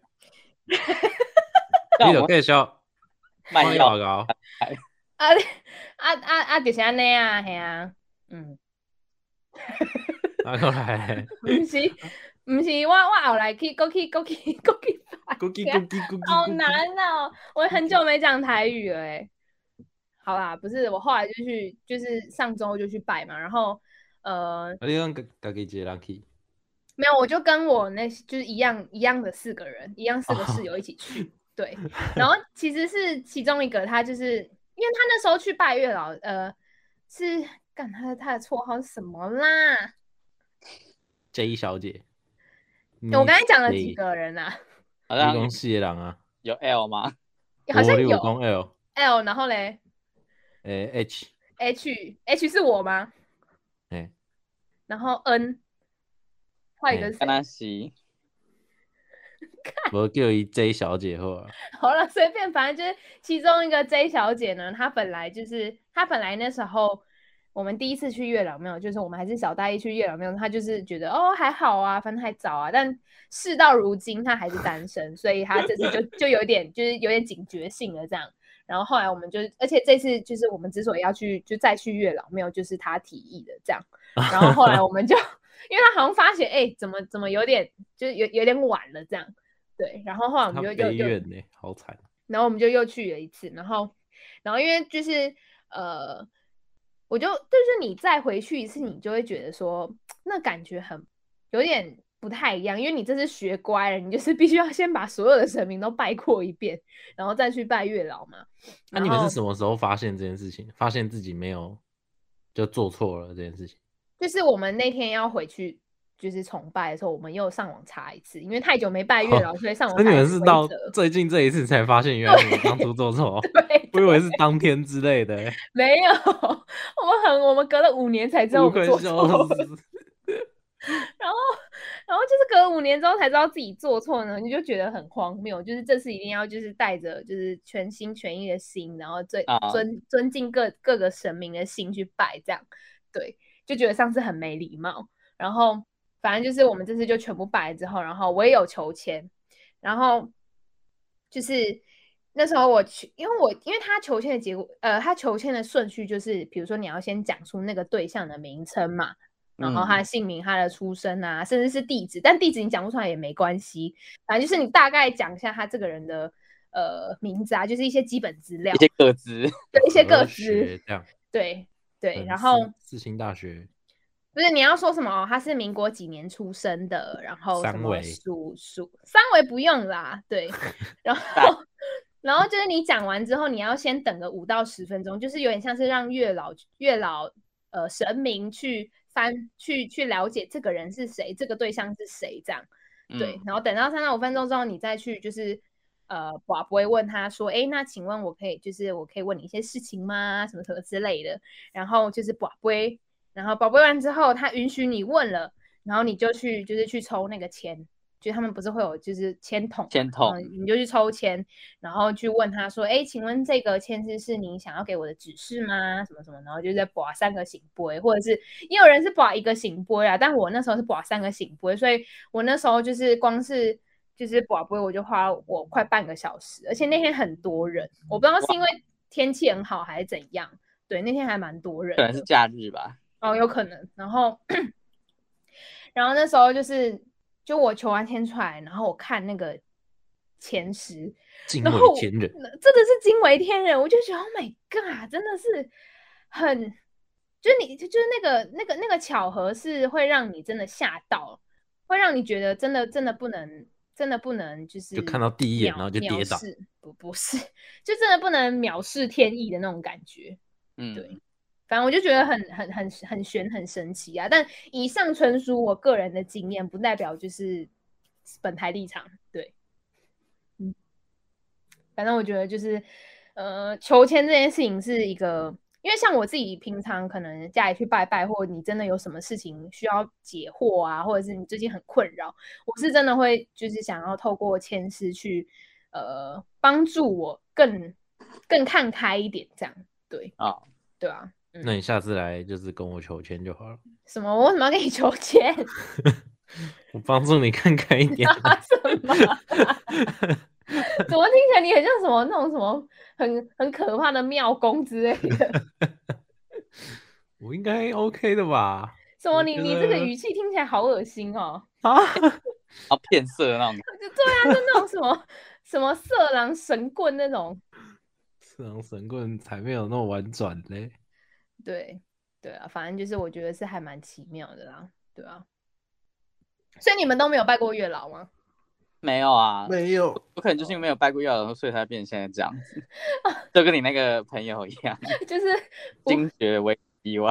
Speaker 1: 你
Speaker 2: 让我
Speaker 1: 就
Speaker 2: 们
Speaker 1: 继续
Speaker 2: 卖药，
Speaker 1: 搞。
Speaker 3: 啊啊啊啊，就是安尼啊，嘿啊，嗯，
Speaker 1: 拿过来，
Speaker 3: 唔是唔是，我我后来去，过去过去过去拜
Speaker 1: 咕叽
Speaker 3: 拜
Speaker 1: 咕叽咕叽，
Speaker 3: 啊
Speaker 1: 啊
Speaker 3: 好难哦！我很久没讲台语了哎。好啦，不是我后来就去，就是上周就去拜嘛，然后呃，
Speaker 1: 啊，你讲家家己一个人去，
Speaker 3: 没有，我就跟我那就是一样一样的四个人，一样四个室友一起去。 对，然后其实是其中一个，他就是因为他那时候去拜月老，呃，是干他的他的绰号是什么啦？
Speaker 1: J 小姐。
Speaker 3: 我刚才讲了
Speaker 1: 嗯你
Speaker 3: 几？个人啊，
Speaker 2: 好
Speaker 1: 你
Speaker 2: 像
Speaker 1: 讲四个人啊，
Speaker 2: 有 L 吗？
Speaker 3: 好像
Speaker 1: 我你
Speaker 3: 有哎
Speaker 1: 讲 L，
Speaker 3: L，然后嘞，
Speaker 1: 诶 H，
Speaker 3: H H 是我吗？
Speaker 1: 哎
Speaker 3: 然后 N 换一个
Speaker 1: 哎
Speaker 3: 是谁
Speaker 2: 跟他洗，
Speaker 1: 我叫伊 J 小姐好啊，
Speaker 3: 好了，随便，反正就是其中一个 J 小姐呢，她本来就是她本来那时候我们第一次去月老庙，就是我们还是小大一去月老庙，她就是觉得哦还好啊，反正还早啊。但事到如今，她还是单身，所以她这次就就有点就是有点警觉性了这样。然后后来我们就，而且这次就是我们之所以要去就再去月老庙，就是她提议的这样。然后后来我们就， 因为她好像发现哎、怎么怎么有点就是有有点晚了这样。对，然后后来我
Speaker 1: 她
Speaker 3: 们哦就
Speaker 1: 悲
Speaker 3: 就就
Speaker 1: 怨呢，好惨。啊
Speaker 3: 然后我们就又去了一次，然后，然后因为就是呃，我就就是你再回去一次，你就会觉得说那感觉很有点不太一样，因为你这是学乖了，你就是必须要先把所有的神明都拜过一遍，然后再去拜月老嘛。
Speaker 1: 那、
Speaker 3: 然
Speaker 1: 你们
Speaker 3: 后
Speaker 1: 是什么时候发现这件事情？发现自己没有就做错了这件事情？
Speaker 3: 就是我们那天要回去就是崇拜的时候，我们又上网查一次，因为太久没拜月老，所以上网
Speaker 1: 哦所以
Speaker 3: 查
Speaker 1: 你们
Speaker 3: 一次
Speaker 1: 是
Speaker 3: 规
Speaker 1: 到
Speaker 3: 则
Speaker 1: 最近这一次才发现，原来你们当初做错，
Speaker 3: 嗯对，
Speaker 1: 我以为是当天之类的、欸，
Speaker 3: 没有，我们很我们隔了五年才知道我
Speaker 1: 不
Speaker 3: 们
Speaker 1: 愧
Speaker 3: 做错了
Speaker 1: 笑。死。
Speaker 3: 然后，然后就是隔五年之后才知道自己做错呢，你就觉得很荒谬。就是这次一定要就是带着就是全心全意的心，然后最
Speaker 2: 啊
Speaker 3: 尊尊敬各各个神明的心去拜，这样对，就觉得上次很没礼貌。然后反正就是我们这次就全部拜了之后，然后我也有求签，然后就是那时候我去，因为我因为他求签的结果，呃，他求签的顺序就是，比如说你要先讲出那个对象的名称嘛，然后
Speaker 2: 嗯
Speaker 3: 他的姓名、他的出生啊，甚至是地址，但地址你讲不出来也没关系，反正就是你大概讲一下他这个人的呃名字啊，就是一些基本资料
Speaker 2: 一，些个资，
Speaker 3: 对一些个
Speaker 1: 科
Speaker 3: 资
Speaker 1: 学，这样，
Speaker 3: 对对，
Speaker 1: 嗯
Speaker 3: 然后
Speaker 1: 四四星大学
Speaker 3: 不是你要说什么哦？他是民国几年出生的，然后什
Speaker 1: 三
Speaker 3: 么
Speaker 1: 围
Speaker 3: 属属三维不用啦，对，然后然后就是你讲完之后，你要先等个五到十分钟，就是有点像是让月老月老呃神明去翻去去了解这个人是谁，这个对象是谁这样。对
Speaker 2: 嗯，，
Speaker 3: 然后等到三到五分钟之后，你再去就是呃，寡不会问他说，哎，那请问我可以就是我可以问你一些事情吗？什么什么之类的。然后就是寡不会，然后寡不会完之后，他允许你问了，然后你就去就是去抽那个签，就他们不是会有就是签筒
Speaker 2: 签筒
Speaker 3: 嗯，你就去抽签，然后去问他说：“哎，请问这个签字是你想要给我的指示吗？什么什么？”然后就在拔三个醒杯，或者是也有人是拔一个醒杯啊，但我那时候是拔三个醒杯，所以我那时候就是光是就是拔杯，我就花我快半个小时，而且那天很多人，我不知道是因为天气很好还是怎样，对，那天还蛮多人
Speaker 2: 可
Speaker 3: 的，
Speaker 2: 能是假日吧。
Speaker 3: 哦，有可能。然后，然后那时候就是，就我求完签出来，然后我看那个前十，
Speaker 1: 惊
Speaker 3: 然后嗯
Speaker 1: 为天人，
Speaker 3: 那真的是惊为天人，我就觉得 Oh my God，真的是很，就是你就是那个那个那个巧合是会让你真的吓到，会让你觉得真的真的不能真的不能就是
Speaker 1: 就看到第一眼
Speaker 3: 藐
Speaker 1: 然后就跌
Speaker 3: 藐
Speaker 1: 倒
Speaker 3: 视不不是， 就真的不能藐视天意的那种感觉。
Speaker 2: 嗯，
Speaker 3: 对反正我就觉得很很很很玄很神奇啊！但以上纯属我个人的经验，不代表就是本台立场。对，嗯，反正我觉得就是呃，求签这件事情是一个，因为像我自己平常可能家里去拜拜，或你真的有什么事情需要解惑啊，或者是你最近很困扰，我是真的会就是想要透过签诗去呃帮助我更更看开一点，这样对
Speaker 2: 啊
Speaker 3: 对啊。嗯
Speaker 1: 那你下次来就是跟我求签就好了，
Speaker 3: 什么？我为什么要跟你求签？
Speaker 1: 我帮助你看开一点。
Speaker 3: 啊什 么？怎么听起来你很像什么那种什么很很可怕的庙公之类的？
Speaker 1: 我应该 OK 的 吧？
Speaker 3: 什么
Speaker 1: 我
Speaker 3: 你
Speaker 1: 觉
Speaker 3: 你这个
Speaker 1: 得
Speaker 3: 语气听起来好恶心哦！
Speaker 1: 啊，
Speaker 2: 然后骗色的那种，
Speaker 3: 就对啊，就那种什么什么色狼神棍那种，
Speaker 1: 四郎神棍才没有那么婉转嘞。
Speaker 3: 对对啊，反正就是我觉得是还蛮奇妙的啦，对啊。所以你们都没有拜过月老吗？
Speaker 2: 没有啊，
Speaker 1: 没有，
Speaker 2: 我可能就是因为没有拜过月老，所以才变现在这样子，就跟你那个朋友一样，
Speaker 3: 就是我
Speaker 2: 惊觉为意外。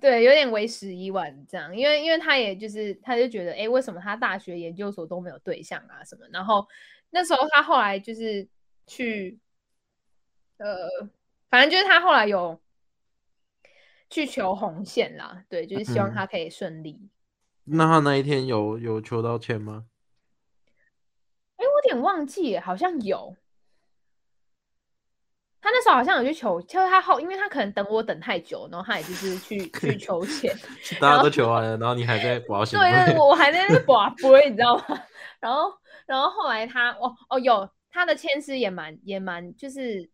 Speaker 3: 对，有点为时已晚这样，因为因为他也就是他就觉得，哎，为什么他大学研究所都没有对象啊什么？然后那时候他后来就是去，呃，反正就是他后来有去求红线啦，对，就是希望他可以顺利。
Speaker 4: 那他那一天有有求到签吗？
Speaker 3: 哎、我有点忘记耶，好像有。他那时候好像有去求，就是他后，因为他可能等我等太久，然后他也就是去去求钱，
Speaker 4: 大家都求完了，然后你还在保 险
Speaker 1: 啊
Speaker 3: 对对，
Speaker 4: 费，
Speaker 3: 我我还在那寡杯，你知道吗？ 然后然后后来他哦哦有他的签师也蛮也蛮就是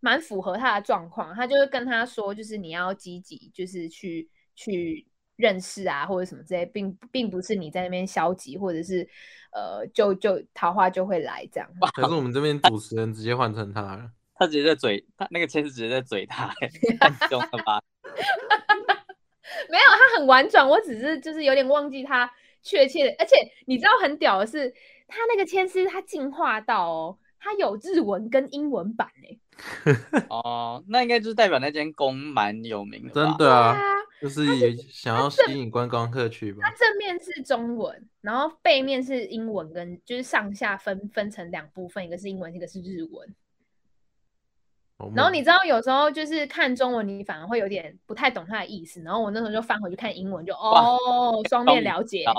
Speaker 3: 蛮符合他的状况，他就是跟他说就是你要积极，就是去去认识啊或者什么之类，并并不是你在那边消极或者是呃就就桃花就会来这样。
Speaker 4: 可是我们这边主持人直接换成他了。
Speaker 2: 他直接在嘴他那个签是直接在嘴他、欸，太凶了吧？
Speaker 3: 没有，他很婉转，我只是就是有点忘记他确切的。而且你知道很屌的是，他那个签诗他进化到哦，他有日文跟英文版欸嘞。
Speaker 2: 哦，那应该就是代表那间宫蛮有名的吧，
Speaker 4: 真的啊，
Speaker 3: 啊，
Speaker 4: 就是也想要吸引观光客去吧
Speaker 3: 它。正面是中文，然后背面是英文跟就是上下分分成两部分，一个是英文，一个是日文。
Speaker 4: 好
Speaker 1: 嗯
Speaker 3: 然后
Speaker 4: 猛
Speaker 3: 你知道有时候就是看中文，你反而会有点不太懂它的意思。然后我那时候就翻回去看英文，就哦，双面了解
Speaker 2: 懂。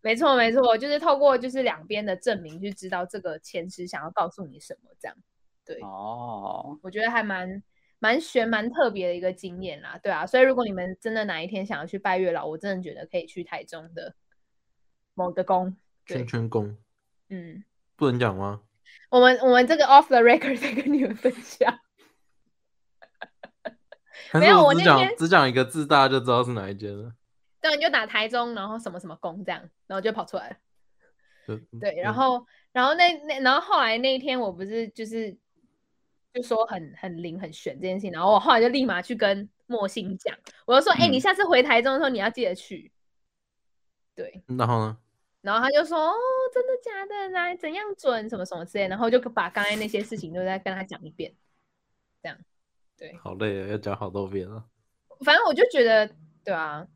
Speaker 3: 没错，没错，就是透过就是两边的证明去知道这个前师想要告诉你什么，这样
Speaker 2: 哦，
Speaker 3: 我觉得还蛮蛮悬、蛮特别的一个经验啦，对啊。所以如果你们真的哪一天想要去拜月老，我真的觉得可以去台中的某个宫。对
Speaker 4: 圈，圈工
Speaker 3: 嗯，
Speaker 4: 不能讲吗？
Speaker 3: 我们我们这个 off the record 再跟你们分享。
Speaker 4: 还
Speaker 3: 没
Speaker 4: 是
Speaker 3: 有我
Speaker 4: 只
Speaker 3: 那
Speaker 4: 讲
Speaker 3: 天
Speaker 4: 只讲一个字，大家就知道是哪一间了。
Speaker 3: 对，啊你就打台中，然后什么什么宫这样，然后就跑出来了。
Speaker 4: 就嗯
Speaker 3: 对，然后然后那那然后后来那一天我不是就是就说很很灵很玄这件事情，然后我后来就立马去跟莫信讲，我就说，哎、你
Speaker 2: 嗯
Speaker 3: 下次回台中的时候你要记得去。对，
Speaker 4: 然后呢？
Speaker 3: 然后他就说，哦，真的假的来怎样准什么什么之类，然后就把刚才那些事情都再跟他讲一遍。
Speaker 4: 好累啊，要讲好多遍啊。
Speaker 3: 反正我就觉得，对啊，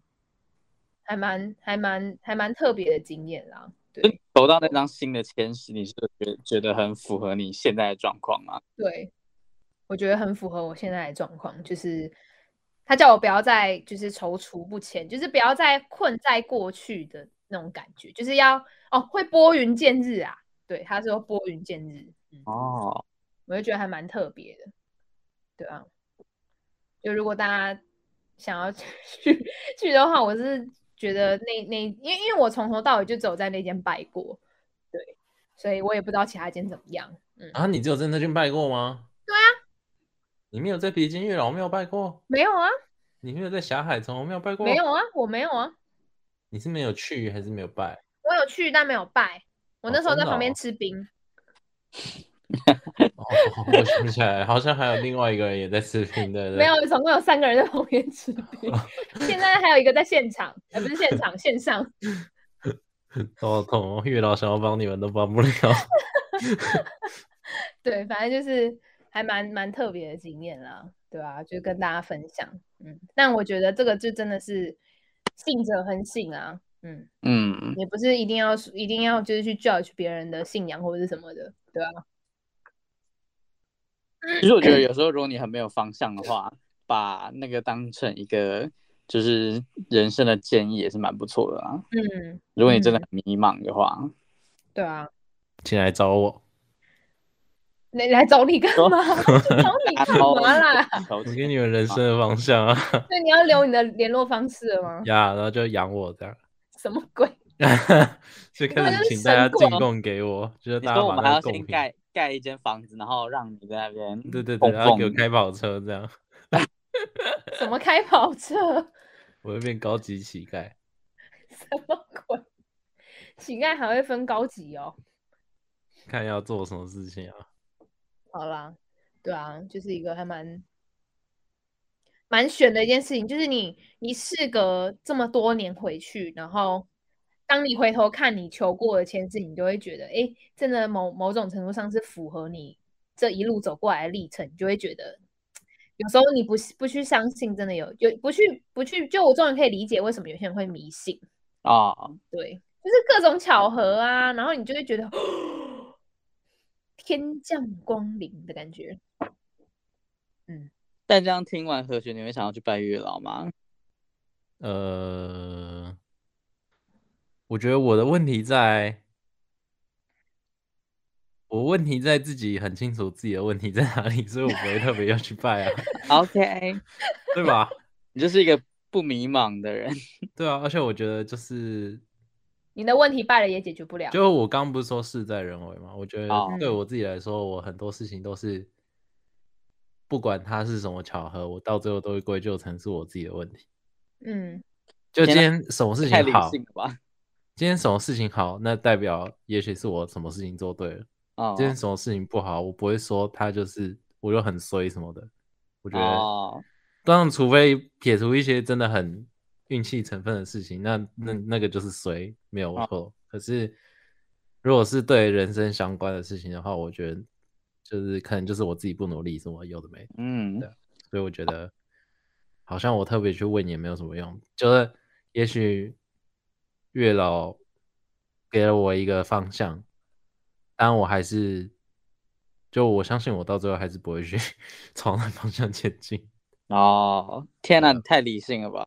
Speaker 3: 还蛮还蛮还蛮特别的经验啦。对，
Speaker 2: 投到那张新的签时，你是觉觉得很符合你现在的状况吗？
Speaker 3: 对，我觉得很符合我现在的状况，就是他叫我不要再就是踌躇不前，就是不要再困在过去的那种感觉，就是要哦会拨云见日啊。对，他说拨云见日，嗯，
Speaker 2: 哦，
Speaker 3: 我就觉得还蛮特别的，对啊。就如果大家想要 去去的话，我是觉得那那因为因为我从头到尾就只有在那间拜过，对，所以我也不知道其他间怎么样，嗯。
Speaker 1: 啊，你只有在那间拜过吗？
Speaker 3: 对
Speaker 1: 啊，你没有在比金月老庙拜过，
Speaker 3: 没有啊，
Speaker 1: 你没有在霞海城隍庙拜过，
Speaker 3: 没有，啊，我没有啊，
Speaker 1: 你是没有去还是没有拜？
Speaker 3: 我有去，但没有拜。我
Speaker 1: 哦
Speaker 3: 那时候
Speaker 1: 真
Speaker 3: 在
Speaker 1: 的
Speaker 3: 旁边
Speaker 1: 哦
Speaker 3: 吃冰，
Speaker 1: 哦，我想起来，好像还有另外一个人也在视频的，对
Speaker 3: 没有，总共有三个人在旁边吃冰，现在还有一个在现场，呃，不是现场，线上。
Speaker 1: 头好痛哦，月老想要帮你们都帮不了。
Speaker 3: 对，反正就是还蛮蛮特别的经验啦，对啊？就跟大家分享，嗯。但我觉得这个就真的是信者恒信啊，嗯，
Speaker 2: 嗯，
Speaker 3: 也不是一定要一定要就是去 judge 别人的信仰或者是什么的，对啊？
Speaker 2: 其实我觉得有时候如果你很没有方向的话，把那个当成一个就是人生的建议也是蛮不错的啊。
Speaker 3: 嗯，
Speaker 2: 如果你真的很迷茫的话，
Speaker 3: 对啊。
Speaker 1: 进来找我，
Speaker 3: 你来找你干
Speaker 2: 说
Speaker 3: 嘛？找你干嘛啦？
Speaker 2: 求
Speaker 1: 我
Speaker 2: 签
Speaker 1: 给你们人生的方向啊，
Speaker 3: 那你要留你的联络方式了吗？
Speaker 1: 呀，然后就养我这样。
Speaker 3: 什么鬼？
Speaker 1: 就开
Speaker 3: 那就
Speaker 1: 始
Speaker 3: 是
Speaker 1: 请
Speaker 3: 神
Speaker 1: 大家
Speaker 3: 果
Speaker 1: 进贡给我，就是
Speaker 2: 你
Speaker 1: 大家
Speaker 2: 说我
Speaker 1: 把
Speaker 2: 们
Speaker 1: 那
Speaker 2: 还要
Speaker 1: 个贡
Speaker 2: 先
Speaker 1: 品，
Speaker 2: 盖盖一间房子，然后让你在那边
Speaker 1: 对对对，
Speaker 2: 供
Speaker 1: 然后给我
Speaker 2: 奉
Speaker 1: 开跑车这样，
Speaker 3: 什么开跑车？
Speaker 1: 我会变高级乞丐。
Speaker 3: 什么鬼？ 乞丐还会分高级哦。
Speaker 1: 看要做什么事情啊？
Speaker 3: 好啦，对啊，就是一个还蛮蛮选的一件事情，就是你你事隔这么多年回去，然后当你回头看你求过的签字，你就会觉得，哎，真的某某种程度上是符合你这一路走过来的历程，你就会觉得。有时候你不不去相信，真的有有不去不去，就我终于可以理解为什么有些人会迷信。
Speaker 2: 哦，
Speaker 3: 对，就是各种巧合啊，然后你就会觉得 天降光临的感觉。嗯，
Speaker 2: 但这样听完和弦，你会想要去拜月老吗？
Speaker 1: 呃，我觉得我的问题在，我问题在自己很清楚自己的问题在哪里，所以我不会特别要去拜 啊，
Speaker 2: OK，
Speaker 1: 对吧？
Speaker 2: 你就是一个不迷茫的人。
Speaker 1: 对啊，而且我觉得就是，
Speaker 3: 你的问题败了也解决不了。
Speaker 1: 就我刚不是说事在人为嘛，我觉得
Speaker 2: 哦
Speaker 1: 对我自己来说，我很多事情都是，不管它是什么巧合，我到最后都会归咎成是我自己的问题。
Speaker 3: 嗯，
Speaker 1: 就今
Speaker 2: 天哪
Speaker 1: 天什么事
Speaker 2: 太
Speaker 1: 情
Speaker 2: 理
Speaker 1: 好，
Speaker 2: 性了吧？
Speaker 1: 今天什么事情好，那代表也许是我什么事情做对了。
Speaker 2: 哦
Speaker 1: 今天什么事情不好，我不会说他就是我就很衰什么的。我觉得，
Speaker 2: 哦，
Speaker 1: 当然，除非撇除一些真的很运气成分的事情，那那那个就是衰，没有错。可是，如果是对人生相关的事情的话，我觉得就是可能就是我自己不努力，什么有的没的。
Speaker 2: 嗯，
Speaker 1: 对所以我觉得好像我特别去问也没有什么用，就是也许月老给了我一个方向，但我还是就我相信我到最后还是不会去 朝那方向前进。
Speaker 2: 哦，天
Speaker 1: 啊
Speaker 2: 哪，你太理性了吧？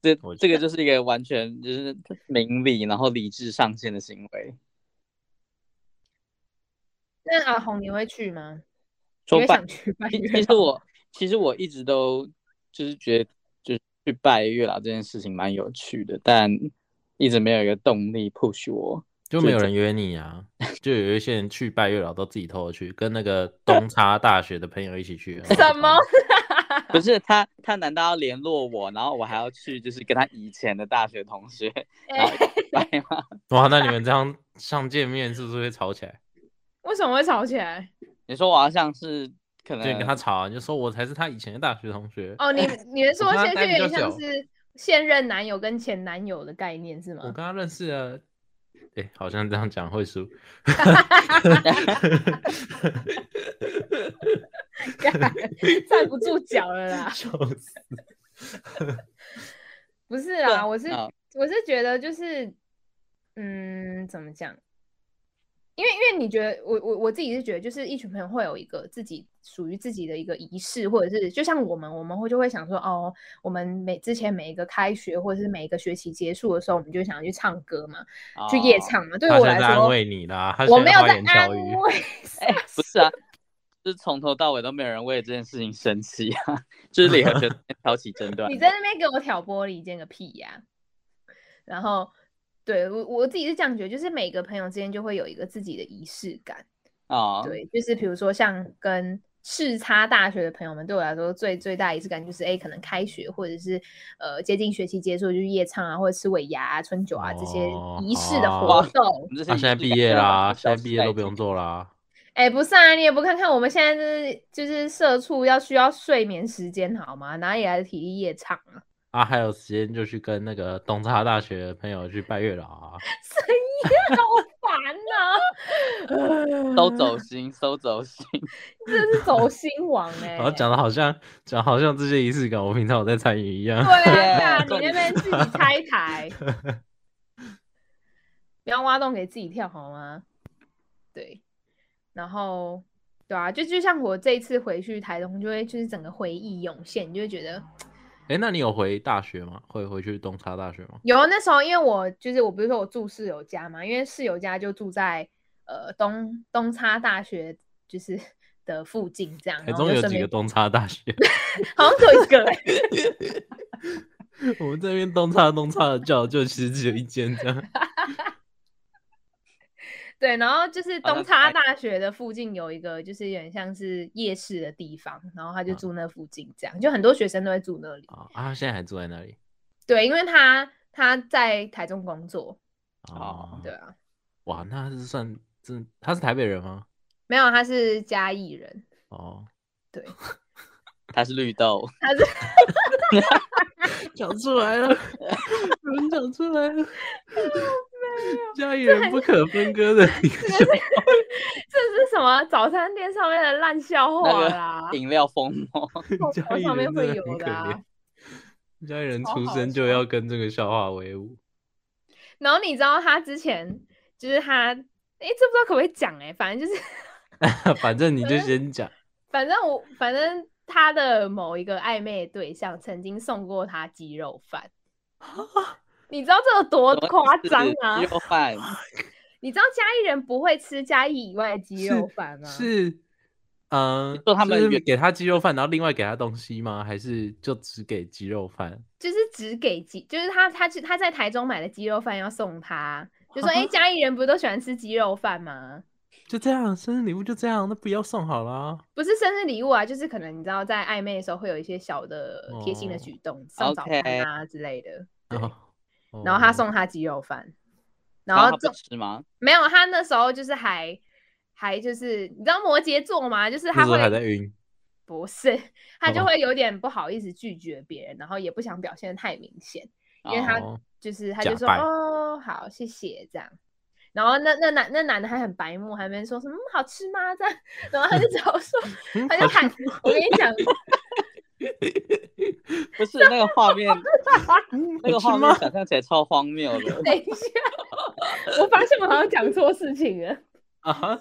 Speaker 2: 这
Speaker 1: 我
Speaker 2: 这个就是一个完全就是明理，然后理智上线的行为。
Speaker 3: 那阿红你会去吗？你
Speaker 2: 说
Speaker 3: 会
Speaker 2: 拜
Speaker 3: 想去拜
Speaker 2: 其
Speaker 3: 月
Speaker 2: 其实
Speaker 3: 老
Speaker 2: 我其实我一直都就是觉得，就是去拜月老这件事情蛮有趣的，但一直没有一个动力 push 我。
Speaker 1: 就没有人约你啊，就有一些人去拜月老都自己偷偷去，跟那个东差大学的朋友一起去。啊
Speaker 3: 什么？
Speaker 2: 不是他，他难道要联络我，然后我还要去就是跟他以前的大学同学
Speaker 3: 哎
Speaker 2: 然后一起拜吗？
Speaker 1: 哇，那你们这样上见面是不是会吵起来？
Speaker 3: 为什么会吵起来？
Speaker 2: 你说我要像是可
Speaker 1: 就
Speaker 2: 能
Speaker 1: 你跟他吵啊，你就说我才是他以前的大学同学。
Speaker 3: 哦，你你们说
Speaker 1: 哎我跟他
Speaker 3: 现在
Speaker 1: 待比
Speaker 3: 有点
Speaker 1: 较
Speaker 3: 像
Speaker 1: 久
Speaker 3: 是现任男友跟前男友的概念是
Speaker 1: 我
Speaker 3: 吗
Speaker 1: 跟？他认识了，哎、好像这样讲会 输。
Speaker 3: 站不住脚了啦！
Speaker 1: 笑死！
Speaker 3: 不是啦，
Speaker 2: 对
Speaker 3: 我是
Speaker 2: 啊
Speaker 1: 嗯
Speaker 3: 我是觉得就是，嗯，怎么讲？因为因为你觉得我我我自己是觉得，就是一群朋友会有一个自己属于自己的一个仪式，或者是就像我们我们会就会想说，哦，我们每之前每一个开学或者是每一个学期结束的时候，我们就想要去唱歌嘛，去夜
Speaker 2: 哦
Speaker 3: 唱嘛。对于
Speaker 1: 他
Speaker 3: 我
Speaker 1: 现在
Speaker 3: 来
Speaker 1: 在
Speaker 3: 说
Speaker 1: 安，慰你啦，他
Speaker 3: 我
Speaker 1: 现
Speaker 3: 没
Speaker 1: 在
Speaker 3: 有
Speaker 1: 花
Speaker 3: 在
Speaker 1: 言
Speaker 3: 安
Speaker 1: 巧语。
Speaker 3: 慰，
Speaker 2: 哎、不是啊，就是从头到尾都没有人为这件事情生气啊， 就是李和 全挑起争端。
Speaker 3: 你在那边给我挑拨离间个屁呀、然后，对我我自己是这样觉得，就是每个朋友之间就会有一个自己的仪式感。
Speaker 2: 哦，
Speaker 3: 对，就是比如说像跟叱咤大学的朋友们，对我来说最最大仪式感就是，哎，可能开学或者是呃接近学期结束就是夜唱啊，或者吃尾牙、啊、春酒啊这些
Speaker 1: 哦
Speaker 3: 仪式的
Speaker 1: 好
Speaker 3: 活动
Speaker 2: 我。们这是啊
Speaker 1: 他现在毕
Speaker 2: 仪式感
Speaker 1: 业
Speaker 2: 要
Speaker 1: 啦，
Speaker 2: 把消
Speaker 1: 现
Speaker 2: 失
Speaker 1: 在毕业
Speaker 2: 殆
Speaker 1: 都不用
Speaker 2: 尽。
Speaker 1: 做啦。
Speaker 3: 哎、不是啊，你也不看看我们现在就是就是社畜要需要睡眠时间好吗？哪里来的体力夜唱啊？
Speaker 1: 啊，还有时间就去跟那个东差大学的朋友去拜月老啊。
Speaker 3: 好烦呐、
Speaker 2: 都走心，都走心。
Speaker 3: 真是走心王哎、
Speaker 1: 然后讲的好像讲好像这些仪式感，我平常有在参与一样
Speaker 3: 对。啊，
Speaker 2: Yeah，
Speaker 3: 干你那边自己拆 台，不要挖洞给自己跳好吗？对，然后对啊，就就像我这一次回去台东，就会就是整个回忆涌现，你就会觉得
Speaker 1: 哎、那你有回大学吗？会回去东差大学吗？
Speaker 3: 有啊那时候，因为我就是我不是说我住室友家嘛，因为室友家就住在呃东东差大学就是的附近这样，
Speaker 1: 台
Speaker 3: 然后
Speaker 1: 中
Speaker 3: 就
Speaker 1: 有
Speaker 3: 顺
Speaker 1: 几个
Speaker 3: 便
Speaker 1: 东差大学，
Speaker 3: 好像只有一个、欸。
Speaker 1: 我们这边东差东差的叫就其实只有一间 这样。
Speaker 3: 对，然后就是
Speaker 2: 好
Speaker 3: 东
Speaker 2: 像
Speaker 3: 差
Speaker 2: 台
Speaker 3: 大学的附近有一个，就是有点像是夜市的地方，然后他就
Speaker 1: 嗯
Speaker 3: 住那附近，这样、就很多学生都会住那里。
Speaker 1: 啊，啊他现在还住在那里。
Speaker 3: 对，因为他他在台中工作，
Speaker 1: 哦，
Speaker 3: 对啊，
Speaker 1: 哇，那是算真，他是台北人吗？
Speaker 3: 没有他是嘉义人，
Speaker 1: 哦，
Speaker 3: 对，
Speaker 2: 他是绿豆，
Speaker 3: 他是
Speaker 1: 讲出来 了，有人讲出来了， 家里人不可分割的一个小
Speaker 3: 这是什么早餐店上面的烂笑
Speaker 2: 那
Speaker 3: 话啦
Speaker 2: 个？饮料疯魔。
Speaker 3: 我
Speaker 1: 家
Speaker 3: 我
Speaker 1: 里
Speaker 3: 上面
Speaker 1: 人
Speaker 3: 会
Speaker 1: 真的
Speaker 3: 有
Speaker 1: 很可
Speaker 3: 的啊
Speaker 1: 怜，家里人
Speaker 3: 好
Speaker 1: 出
Speaker 3: 好
Speaker 1: 生就
Speaker 3: 笑
Speaker 1: 要跟这个笑话为 伍。
Speaker 3: 然后你知道他之前就是他，哎，这不知道可不可以讲哎、反正就是
Speaker 1: 反正你就先讲，
Speaker 3: 反正我反正他的某一个暧昧对象曾经送过他鸡肉饭，你知道这有多夸张啊
Speaker 2: 鸡？肉饭，
Speaker 3: 你知道嘉义人不会吃嘉义以外的鸡肉饭吗？
Speaker 1: 是，嗯、
Speaker 2: 说他们
Speaker 1: 就是
Speaker 2: 原
Speaker 1: 给他鸡肉饭，然后另外给他东西吗？还是就只给鸡肉饭？
Speaker 3: 就是只给鸡，就是他他去他在台中买的鸡肉饭要送他，就说哎、诶嘉义人不都喜欢吃鸡肉饭吗？
Speaker 1: 就这样，生日礼物就这样，那不要送好了啊。
Speaker 3: 不是生日礼物啊，就是可能你知道在暧昧的时候会有一些小的贴心的
Speaker 1: 哦
Speaker 3: 举动，送早餐
Speaker 2: OK
Speaker 3: 啊之类的。对
Speaker 1: 哦哦
Speaker 3: 然后他送他鸡肉饭，然
Speaker 2: 然后
Speaker 3: 后
Speaker 2: 他
Speaker 3: 这
Speaker 2: 不吃吗？
Speaker 3: 没有他那时候就是还还就是你知道摩羯座吗？就是
Speaker 1: 那
Speaker 3: 他
Speaker 1: 时候还在
Speaker 3: 会
Speaker 1: 晕，
Speaker 3: 不是他就
Speaker 1: 哦
Speaker 3: 会有点不好意思拒绝别人，然后也不想表现得太明显，因为他
Speaker 1: 哦
Speaker 3: 就是他就
Speaker 1: 假
Speaker 3: 说
Speaker 1: 掰
Speaker 3: 哦好谢谢这样。然后那那男那男的还很白目，还没说什么、嗯、好吃吗这样，然后他就只好说
Speaker 1: 嗯
Speaker 3: 他就喊我跟你讲，
Speaker 2: 不是那个画 面，
Speaker 3: 嗯
Speaker 2: 那个画面想象起来超荒谬的。
Speaker 3: 等一下，我发现我好像讲错事情了。
Speaker 1: 啊哈，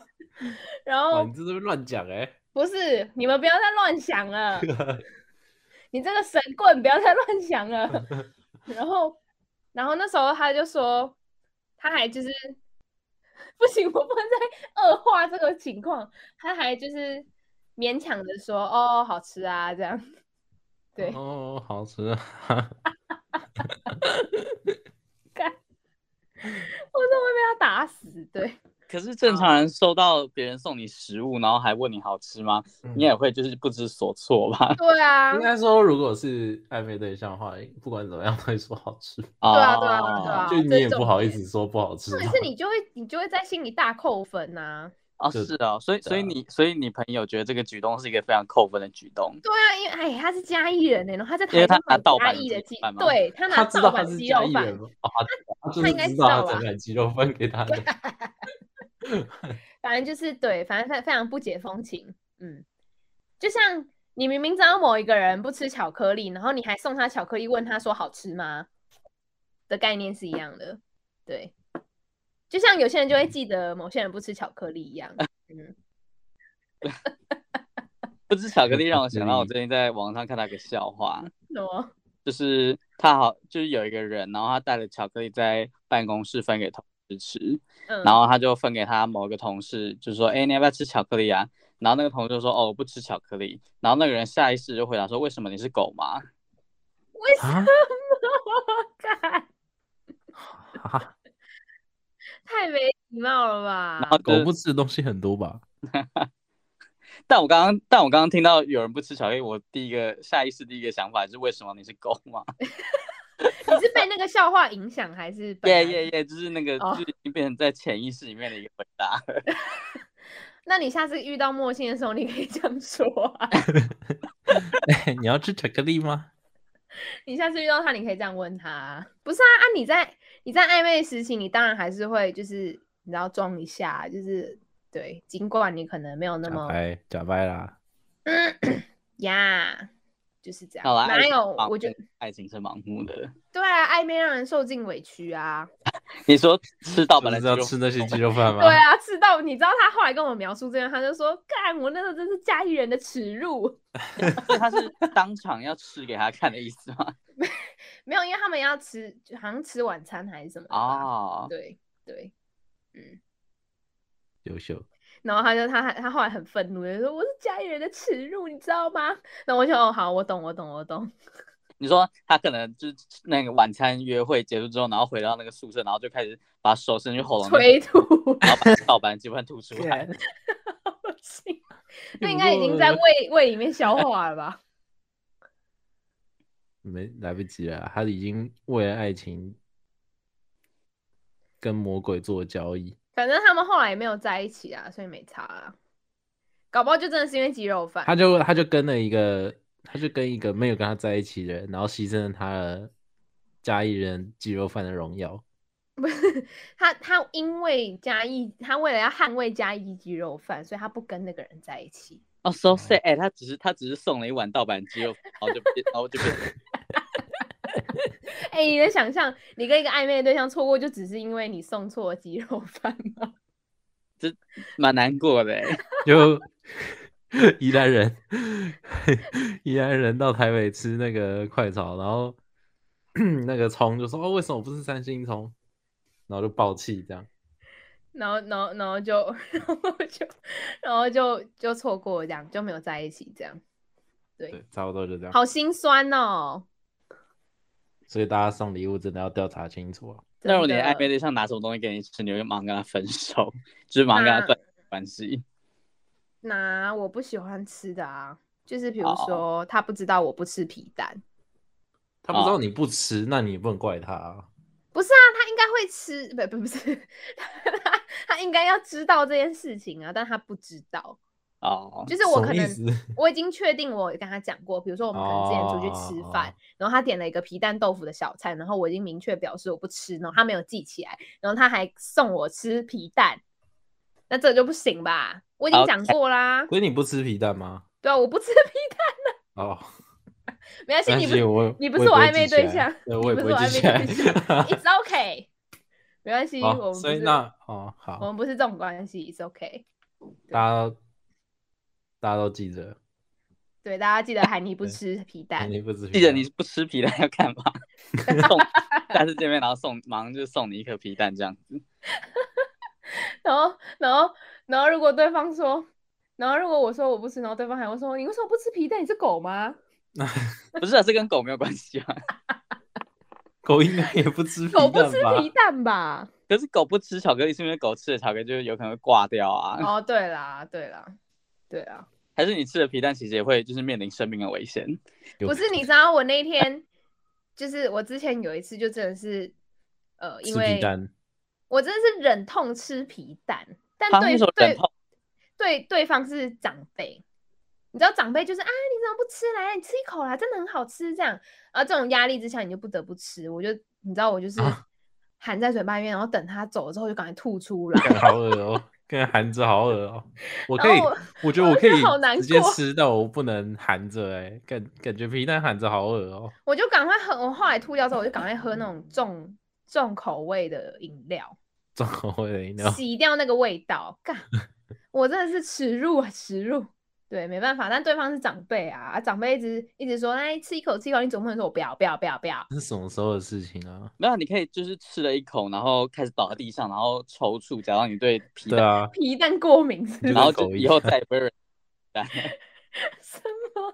Speaker 3: 然
Speaker 1: 哇
Speaker 3: 后
Speaker 1: 你这是乱讲哎。
Speaker 3: 不是你们不要再乱想了，你这个神棍不要再乱想了。然后，然后那时候他就说，他还就是 不行，我不能再恶化这个情况。他还就是勉强的说，哦，好吃啊，这样。 对，
Speaker 1: 哦，好吃啊。
Speaker 3: 我说我会被他打死。对，
Speaker 2: 可是正常人收到别人送你食物，然后还问你好吃吗？你也会就是不知所措吧？
Speaker 3: 对啊，
Speaker 1: 嗯应该说，如果是暧昧对象的话，不管怎么样都会说好吃，
Speaker 2: 哦
Speaker 3: 对啊对啊对啊
Speaker 1: 就你
Speaker 3: 这
Speaker 1: 也
Speaker 3: 重
Speaker 1: 不好意
Speaker 3: 点
Speaker 1: 思说不好吃
Speaker 3: 重
Speaker 1: 吧。
Speaker 3: 点是你就会你就会在心里大扣分啊呐、
Speaker 2: 哦，
Speaker 1: 就是
Speaker 2: 哦，所以所以
Speaker 1: 对啊
Speaker 2: 你所以你朋友觉得这个举动是一个非常扣分的举动，
Speaker 3: 对啊，因为哎，他是嘉义人呢，然后他在
Speaker 2: 因为他
Speaker 3: 台中买
Speaker 2: 拿盗
Speaker 3: 嘉
Speaker 2: 版
Speaker 3: 义
Speaker 2: 鸡
Speaker 3: 的
Speaker 2: 肉
Speaker 3: 鸡
Speaker 2: 饭，吗
Speaker 3: 对他拿
Speaker 1: 知
Speaker 3: 盗
Speaker 1: 道他
Speaker 3: 版
Speaker 1: 是
Speaker 3: 鸡
Speaker 1: 嘉
Speaker 3: 肉
Speaker 1: 义
Speaker 3: 饭
Speaker 1: 人，吗？哦，他他就
Speaker 3: 他
Speaker 1: 是
Speaker 3: 应该
Speaker 1: 知
Speaker 3: 知道
Speaker 1: 道
Speaker 3: 吧
Speaker 1: 他整碗鸡肉饭给他的。
Speaker 3: 反正就是对，反正非非常不解风情。嗯，就像你明明知道某一个人不吃巧克力，然后你还送他巧克力，问他说好吃吗？的概念是一样的，对。就像有些人就会记得某些人不吃巧克力 一样，嗯，
Speaker 2: 不吃巧克力让我
Speaker 1: 巧克
Speaker 2: 想到我
Speaker 1: 力
Speaker 2: 最近在网上看到一个笑 话，
Speaker 3: 什么？
Speaker 2: 就是他好就是有一个人，然后他带了巧克力在办公室分给同事吃，
Speaker 3: 嗯，
Speaker 2: 然后他就分给他某个同事，就说：“哎、你要不要吃巧克力啊？”然后那个同事就说：“哦，我不吃巧克力。”然后那个人下意识就回答说：“为什么你是狗吗
Speaker 3: 为什
Speaker 1: 啊
Speaker 3: 么？ 干
Speaker 1: 啊！
Speaker 3: 太没礼貌了吧？
Speaker 2: 然后就
Speaker 1: 狗不吃的东西很多吧？？”
Speaker 2: 但我刚刚但我刚刚听到有人不吃巧克力，我第一个下意识第一个想法是：为什么你是狗吗？
Speaker 3: 你是被那个笑话影响，还是本来
Speaker 2: 耶耶耶！就是那个，
Speaker 3: 哦
Speaker 2: 就是已经变成在潜意识里面的一个回答。
Speaker 3: 那你下次遇到墨镜的时候，你可以这样说啊。
Speaker 1: 哎，你要吃巧克力吗？
Speaker 3: 你下次遇到他，你可以这样问他啊。 不是啊，啊你在你在暧昧时期，你当然还是会就是你知道装一下，就是对，尽管你可能没有那
Speaker 1: 假
Speaker 3: 么
Speaker 1: 掰，假掰啦！
Speaker 3: 呀就是这样。
Speaker 2: 好啦，爱
Speaker 3: 哪
Speaker 2: 情
Speaker 3: 有
Speaker 2: 盲？
Speaker 3: 我觉
Speaker 2: 目
Speaker 3: 得
Speaker 2: 爱情是盲目的。
Speaker 3: 对啊，暧昧让人受尽委屈啊。
Speaker 2: 你说吃到本
Speaker 1: 本
Speaker 2: 来
Speaker 1: 来是要吃那些鸡肉饭吗？
Speaker 3: 对啊，吃到你知道他后来跟我描述这样，他就说：“干，我那时候真是家里人的耻辱。
Speaker 2: 所以他是当场要吃给他看的意思吗？”
Speaker 3: 没有，因为他们要吃，就好像吃晚餐还是什么的吧
Speaker 2: 哦，
Speaker 3: 对对，嗯
Speaker 1: 优秀，
Speaker 3: 然后他就他还他后来很愤怒，就说我是家里人的耻辱，你知道吗？那我就哦好，我懂我懂我懂。
Speaker 2: 你说他可能就是那个晚餐约会结束之后，然后回到那个宿舍，然后就开始把手伸进喉咙那边，
Speaker 3: 催吐
Speaker 2: 然后把盗版鸡饭吐出来。
Speaker 3: 不行，那应该已经在
Speaker 1: 饿了
Speaker 3: 胃胃里面消化了吧？
Speaker 1: 没来不及了，他已经为了爱情跟魔鬼做交易。
Speaker 3: 反正他们后来也没有在一起啊，所以没差啊。搞不好就真的是因为鸡肉饭
Speaker 1: 他。就他就跟了一个，他就跟一个没有跟他在一起的人，然后牺牲了他的家义人鸡肉饭的荣耀。
Speaker 3: 不是他，他因为嘉义，他为了要捍卫嘉义鸡肉饭，所以他不跟那个人在一起。
Speaker 2: 哦，so sad！哎、他只是他只是送了一碗盗版鸡肉，然后就变，然后就变。
Speaker 3: 哎、你能想象你跟一个暧昧的对象错过，就只是因为你送错鸡肉饭吗？
Speaker 2: 蛮难过的、欸，
Speaker 1: 就 宜兰人， 宜兰人到台北吃那个快炒，然后 那个葱就说哦，为什么不是三星葱？然后就爆气这样。
Speaker 3: 然后，然后，然后就， 然后就，然后就就错过这样，就没有在一起这样，
Speaker 1: 对，差不多就这样。
Speaker 3: 好心酸哦。
Speaker 1: 所以大家送礼物真的要调查清楚啊。
Speaker 2: 那如果你
Speaker 3: 真
Speaker 2: 的
Speaker 3: 的
Speaker 2: 暧昧对象拿什么东西给你吃，你会马上跟他分手，就是马上跟他
Speaker 3: 那
Speaker 2: 断绝关系。
Speaker 3: 拿我不喜欢吃的啊，就是比如
Speaker 2: 哦
Speaker 3: 说他不知道我不吃皮蛋，
Speaker 1: 他
Speaker 3: 哦
Speaker 1: 不知道你不吃，那你也不能怪他、啊。
Speaker 3: 不是啊，他应该会吃，不不不是， 他他应该要知道这件事情啊，但他不知道，
Speaker 2: 哦，
Speaker 3: 就是我
Speaker 1: 什
Speaker 3: 可
Speaker 1: 么意
Speaker 3: 能
Speaker 1: 思？
Speaker 3: 我已经确定我有跟他讲过，比如说我们可能之前出去吃饭，
Speaker 1: 哦
Speaker 3: 然后他点了一个皮蛋豆腐的小菜，然后我已经明确表示我不吃，然后他没有记起来，然后他还送我吃皮蛋，那这就不行吧？我已经讲过啦，
Speaker 1: 所以你不吃皮蛋吗？
Speaker 3: 对啊，我不吃皮
Speaker 1: 哦，
Speaker 3: 蛋，没关系，
Speaker 1: 但
Speaker 3: 你不
Speaker 1: 是我
Speaker 3: 你
Speaker 1: 我
Speaker 3: 不
Speaker 1: 也
Speaker 3: 是我
Speaker 1: 会
Speaker 3: 暧昧
Speaker 1: 记起
Speaker 3: 对
Speaker 1: 来
Speaker 3: 象
Speaker 1: 对，
Speaker 3: 你
Speaker 1: 我也
Speaker 3: 不
Speaker 1: 不会
Speaker 3: 是我
Speaker 1: 记
Speaker 3: 暧
Speaker 1: 起
Speaker 3: 昧
Speaker 1: 来
Speaker 3: 对象。，It's okay，没关系，我
Speaker 1: 好，
Speaker 3: 们不
Speaker 1: 所以
Speaker 3: 是
Speaker 1: 那哦
Speaker 3: 我
Speaker 1: 好，
Speaker 3: 们不是这种关系，It's okay。
Speaker 1: 大家大家都记着，
Speaker 3: 对，大家记得喊你不
Speaker 1: 对
Speaker 3: 吃皮蛋，
Speaker 1: 你不吃皮
Speaker 2: 记得
Speaker 1: 蛋
Speaker 2: 你不吃皮蛋要干嘛？ 送下次见面然后送，马上就送你一颗皮蛋这样子。
Speaker 3: 然后，然后，然后，如果对方说，然后如果我说我不吃，然后对方还会说你为什么不吃皮蛋？你是狗吗？
Speaker 2: 不是啊，这跟狗没有关系啊。
Speaker 1: 狗应该也不吃 皮
Speaker 3: 狗
Speaker 1: 蛋
Speaker 3: 不吃
Speaker 1: 吧
Speaker 3: 皮？蛋吧？
Speaker 2: 可是狗不吃巧克力，是因为狗吃了巧克力就有可能会挂掉啊。
Speaker 3: 哦，对啦，对啦，对啦，
Speaker 2: 还是你吃了皮蛋，其实也会就是面临生命的危险。
Speaker 1: 有
Speaker 3: 不是，你知道我那天 就是我之前有一次就真的是，呃，因
Speaker 1: 吃皮
Speaker 3: 为
Speaker 1: 蛋，
Speaker 3: 我真的是忍痛吃皮蛋，但
Speaker 2: 他
Speaker 3: 对
Speaker 2: 为什么忍
Speaker 3: 对
Speaker 2: 痛
Speaker 3: 对对方是长辈，你知道长辈就是啊，你怎么不吃来，你吃一口啦，真的很好吃这样。然后这种压力之下，你就不得不吃。我就你知道我就是
Speaker 1: 啊
Speaker 3: 含在嘴巴里面，然后等他走了之后就赶快吐出来。
Speaker 1: 干好恶哦，跟含着好恶哦。我可以
Speaker 3: 然后，
Speaker 1: 我觉得我
Speaker 3: 我
Speaker 1: 可
Speaker 3: 觉得好
Speaker 1: 以
Speaker 3: 难
Speaker 1: 直接
Speaker 3: 过
Speaker 1: 吃，但我不能含着，哎，感感觉皮蛋含着好恶哦。
Speaker 3: 我就赶快喝，我后来吐掉之后，我就赶快喝那种重重口味的饮料，
Speaker 1: 重口味的饮料，
Speaker 3: 洗掉那个味道。干，我真的是耻辱啊，耻辱！对，没办法，但对方是长辈啊，啊长辈一直一直说，哎，吃一口，吃一口，你总不能说我不要，不要，不要，不要。
Speaker 1: 这是什么时候的事情啊？
Speaker 2: 没有，你可以就是吃了一口，然后开始倒在地上，然后抽搐，假装你对 皮
Speaker 1: 对
Speaker 2: 蛋，
Speaker 1: 啊，
Speaker 3: 皮蛋过敏是不是
Speaker 2: 然后
Speaker 1: 就跟
Speaker 2: 就
Speaker 1: 狗一
Speaker 2: 以
Speaker 1: 样
Speaker 2: 后再也不会有人。
Speaker 3: 什么？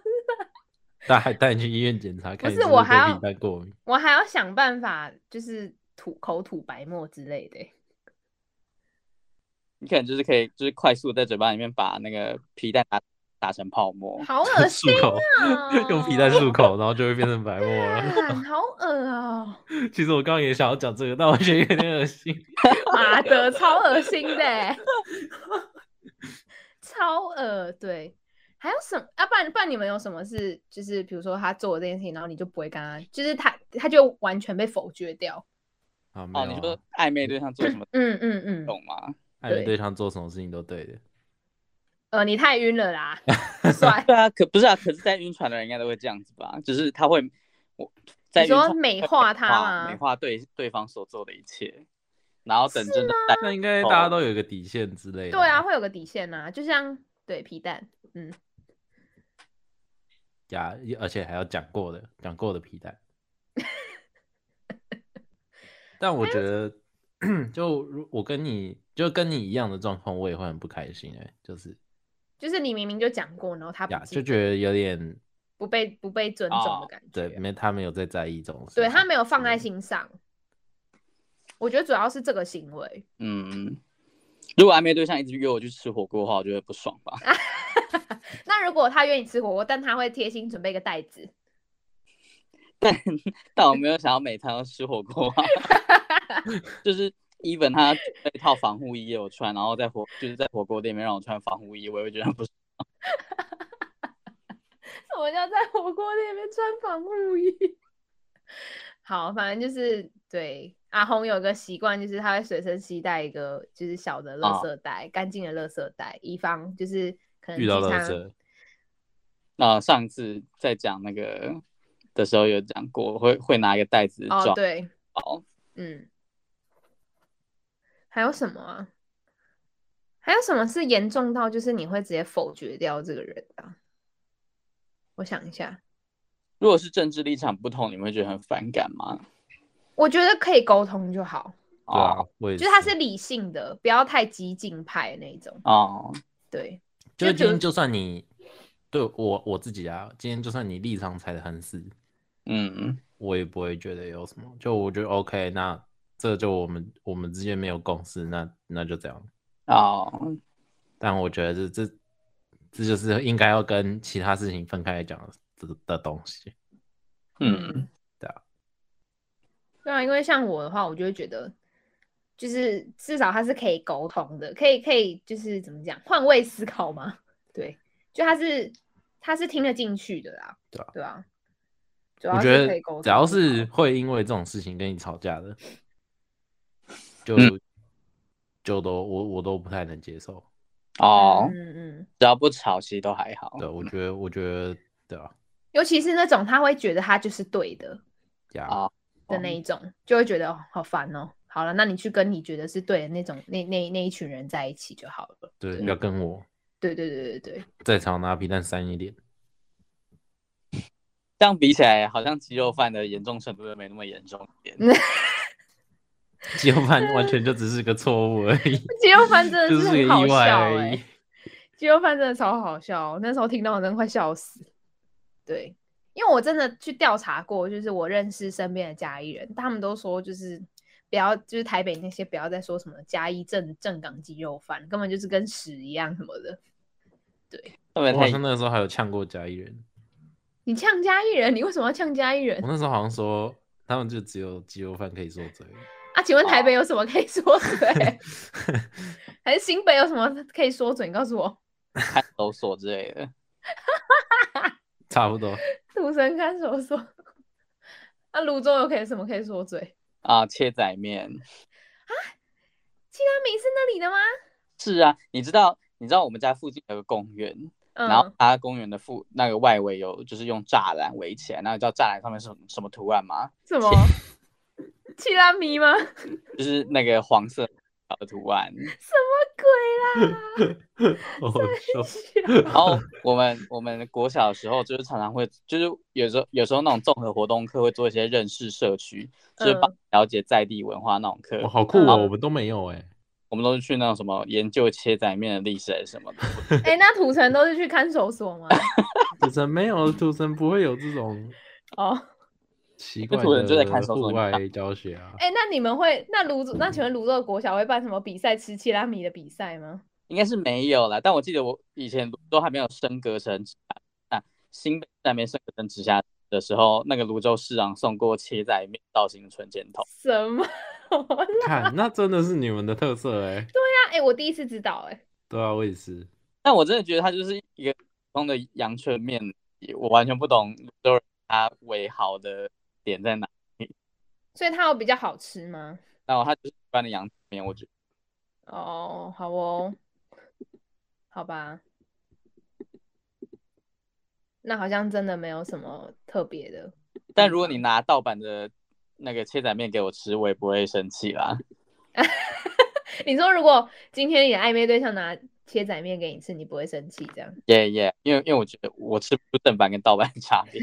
Speaker 1: 大家 还带你去医院检查， 看你
Speaker 3: 是
Speaker 1: 不
Speaker 3: 我
Speaker 1: 是
Speaker 3: 还
Speaker 1: 对
Speaker 3: 要
Speaker 1: 皮蛋过敏。
Speaker 3: 我还要想办法，就是吐口吐白沫之类的欸。
Speaker 2: 你可能就是可以就是快速在嘴巴里面把那个皮蛋打打成泡沫。
Speaker 3: 好恶
Speaker 1: 漱
Speaker 3: 心
Speaker 1: 口，！
Speaker 3: 啊
Speaker 1: 用皮蛋漱口，然后就会变成白沫了。
Speaker 3: 干好恶啊、
Speaker 1: 其实我刚刚也想要讲这个，但我觉得有点恶 心。
Speaker 3: 妈的，超恶心的欸，超恶。对，还有什么？啊，不然不然你们有什么是就是比如说他做了这件事情，然后你就不会跟他，就是他他就完全被否决掉。
Speaker 1: 啊，没
Speaker 2: 哦，
Speaker 1: 有
Speaker 2: 你
Speaker 1: 啊
Speaker 2: 说，暧昧对象做什么
Speaker 3: 嗯嗯嗯，
Speaker 2: 懂吗？
Speaker 1: 暧昧
Speaker 3: 对
Speaker 1: 对象做什么事情都对的。
Speaker 3: 呃，你太晕 了啦，算。
Speaker 2: 对啊，可不是啊，可是在晕船的人应该都会这样子吧？就是他会，我在
Speaker 3: 你说
Speaker 2: 晕船
Speaker 3: 美
Speaker 2: 会
Speaker 3: 化他吗
Speaker 2: 美化对对方所做的一切，然后等真的在
Speaker 1: 那应该大家都有个底线之类的。
Speaker 3: 哦对啊，，会有个底线呐、就像对皮蛋，嗯，
Speaker 1: 呀，而且还要讲过的，讲过的皮 蛋。但我觉得， 就如我跟你就跟你一样的状况，我也会很不开心哎、就是
Speaker 3: 就是你明明就讲过，然后他不
Speaker 1: 呀，
Speaker 3: 记
Speaker 1: 就
Speaker 3: 得
Speaker 1: 觉得有点
Speaker 3: 不被不被尊重的
Speaker 2: 哦
Speaker 3: 感觉，
Speaker 1: 对，没他没有在嗯在意这种事情，
Speaker 3: 啊对他没有放在心上。我觉得主要是这个行为，
Speaker 2: 嗯，如果暧昧对象一直约我去吃火锅的话，我就会不爽吧？
Speaker 3: 啊那如果他约你吃火锅，但他会贴心准备一个袋子，
Speaker 2: 但我没有想要每餐都吃火锅 啊，就是 even 他准备一套防护衣给我穿，然后在火就是在火锅店里面让我穿防护衣，我也会觉得不爽。
Speaker 3: 什么叫在火锅店里面穿防护衣？ 好，反正就是对阿红有个习惯，就是他会随身携带一个就是小的垃圾袋，干净的垃圾袋，以防就是可能哦
Speaker 1: 遇到
Speaker 3: 聚
Speaker 1: 垃
Speaker 3: 餐
Speaker 1: 圾，
Speaker 2: 那、呃上次在讲那个的时候有讲过，我会会拿一个袋子
Speaker 3: 哦，
Speaker 2: 装
Speaker 3: 对，
Speaker 2: 包。
Speaker 3: 嗯，还有什么啊？还有什么是严重到就是你会直接否决掉这个人的啊？我想一下，
Speaker 2: 如果是政治立场不同，你们会觉得很反感吗？
Speaker 3: 我觉得可以沟通就好，
Speaker 1: 对啊
Speaker 2: 哦，
Speaker 1: 我也
Speaker 3: 就是他是理性的，不要太激进派那一种。
Speaker 2: 哦，
Speaker 3: 对，
Speaker 1: 就是今
Speaker 3: 就比如
Speaker 1: 天就算你对我我自己啊，今天就算你立场踩得很死，
Speaker 2: 嗯，
Speaker 1: 我也不会觉得有什么。就我觉得 OK，那这就我们我们之间没有共识，那那就这样。
Speaker 2: 哦，
Speaker 1: 但我觉得这这这就是应该要跟其他事情分开来讲的的东西。
Speaker 2: 嗯，
Speaker 1: 啊
Speaker 3: 对啊，因为像我的话，我就会觉得，就是至少他是可以沟通的，可以可以就是怎么讲，换位思考嘛。对，就他是他是听得进去的啦。
Speaker 1: 对啊
Speaker 3: 对啊，主
Speaker 1: 我
Speaker 3: 要
Speaker 1: 觉
Speaker 3: 是
Speaker 1: 得
Speaker 3: 可以沟通
Speaker 1: 只
Speaker 3: 就好。
Speaker 1: 要是会因为这种事情跟你吵架的，就、
Speaker 2: 嗯
Speaker 1: 就都我我都不太能接受。
Speaker 2: 哦，
Speaker 3: 嗯嗯。
Speaker 2: 只要不吵，其实都还好。
Speaker 1: 对，我觉得我觉得对啊，
Speaker 3: 尤其是那种他会觉得他就是对的
Speaker 1: 呀、
Speaker 2: 啊
Speaker 3: 的
Speaker 1: 哦
Speaker 3: 那一种，就会觉得哦好烦哦。好了，那你去跟你觉得是对的那种那那那一群人在一起就好了。
Speaker 1: 对，
Speaker 2: 对
Speaker 1: 不要跟我
Speaker 3: 对对对对 对，
Speaker 1: 在场拿皮蛋扇一 脸。
Speaker 2: 这样比起来，好像鸡肉饭的严重程度又没那么严重一
Speaker 1: 嗯
Speaker 2: 点。
Speaker 1: 鸡肉饭完全就只是个错误而已，
Speaker 3: 鸡肉饭真
Speaker 1: 就
Speaker 3: 的
Speaker 1: 是个
Speaker 3: 很好
Speaker 1: 意
Speaker 3: 笑
Speaker 1: 外
Speaker 3: 哎、
Speaker 1: 而已。
Speaker 3: 鸡肉饭真的超好笑，哦我那时候听到我真的快笑死。对，因为我真的去调查过，就是我认识身边的嘉义人，他们都说就是不要，就是台北那些不要再说什么嘉义正正港鸡肉饭，根本就是跟屎一样什么的。
Speaker 2: 特别
Speaker 1: 我好
Speaker 2: 太
Speaker 1: 像那个时候还有呛过嘉义人，
Speaker 3: 你呛嘉义人，你为什么要呛嘉义人
Speaker 1: 我那时候好像说他们就只有鸡肉饭可以说嘴，
Speaker 3: 啊？请问台
Speaker 2: 哦
Speaker 3: 北有什么可以 说嘴？还是新北有什么可以说嘴？你告诉我，
Speaker 2: 看守所之类的。
Speaker 1: 差不多。
Speaker 3: 土生看守所。那泸州有可以什么可以说嘴？
Speaker 2: 啊，切仔面
Speaker 3: 其他名是那里的吗？
Speaker 2: 是啊，你知道你知道我们家附近有个公园，
Speaker 3: 嗯，
Speaker 2: 然后它公园的附那个外围有就是用栅栏围起来，那你知道栅栏上面是什么什么图案吗？
Speaker 3: 什么？七拉 米吗？什
Speaker 2: 就是那个黄色的图案。
Speaker 3: 么鬼啦？
Speaker 1: 我说
Speaker 2: 然后我们我们国小的时候就是常常会就是有时候有时候那种综合活动课会做一些认识社区，就是帮了解在地文化那种课。
Speaker 1: 我好酷哦，
Speaker 3: 嗯
Speaker 1: 我们都没有哎、
Speaker 2: 我们都是去那种什么研究切仔面的历史还是什么的。
Speaker 3: 哎、那土城都是去看守所吗？
Speaker 1: 土城没有，土城不会有这种
Speaker 3: 哦，
Speaker 1: 奇
Speaker 2: 那
Speaker 1: 怪
Speaker 2: 土城就在
Speaker 1: 的
Speaker 2: 看守
Speaker 1: 户
Speaker 2: 所里
Speaker 1: 外教学啊。
Speaker 3: 哎、那你们会那泸州那请问泸州的国小会办什么比赛吃七拉米的比赛吗？
Speaker 2: 应该是没有啦，但我记得我以前都还没有升格成直辖那新北那边升格成直辖的时候，那个泸州市长送过切仔面到新存剪头，
Speaker 3: 什么？ 那
Speaker 1: 看，那真的是你们的特色哎、
Speaker 3: 哎、我第一次知道哎、
Speaker 1: 对啊，我也是。
Speaker 2: 但我真的觉得它就是一个普通的阳春面，我完全不懂泸州人他为豪的点在哪。
Speaker 3: 所以它有比较好吃吗？
Speaker 2: 然后它就是一般的阳春面，我觉得
Speaker 3: 哦，好哦，好吧，那好像真的没有什么特别的。 嗯
Speaker 2: 但如果你拿盗版的那个切仔面给我吃，我也不会生气啦。
Speaker 3: 你说如果今天你的暧昧对象拿切仔面给你吃，你不会生气这样？
Speaker 2: 耶耶，因为因为我觉得我吃不出正版跟盗版的差别。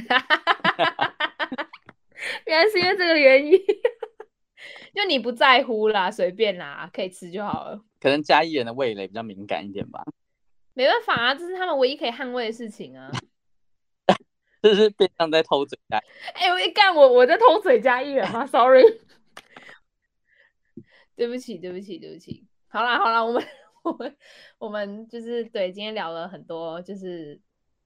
Speaker 3: 原来是因为这个原因， 就你不在乎啦，随便啦，可以吃就好了。
Speaker 2: 可能嘉义人的味蕾比较敏感一点吧。
Speaker 3: 没办法啊，这是他们唯一可以捍卫的事情啊！
Speaker 2: 这是变相在偷嘴啊！
Speaker 3: 哎、我一干我我在偷嘴加一人吗？Sorry，对不起，对不起，对不起。好啦，好啦，我们我们我们就是对今天聊了很多，就是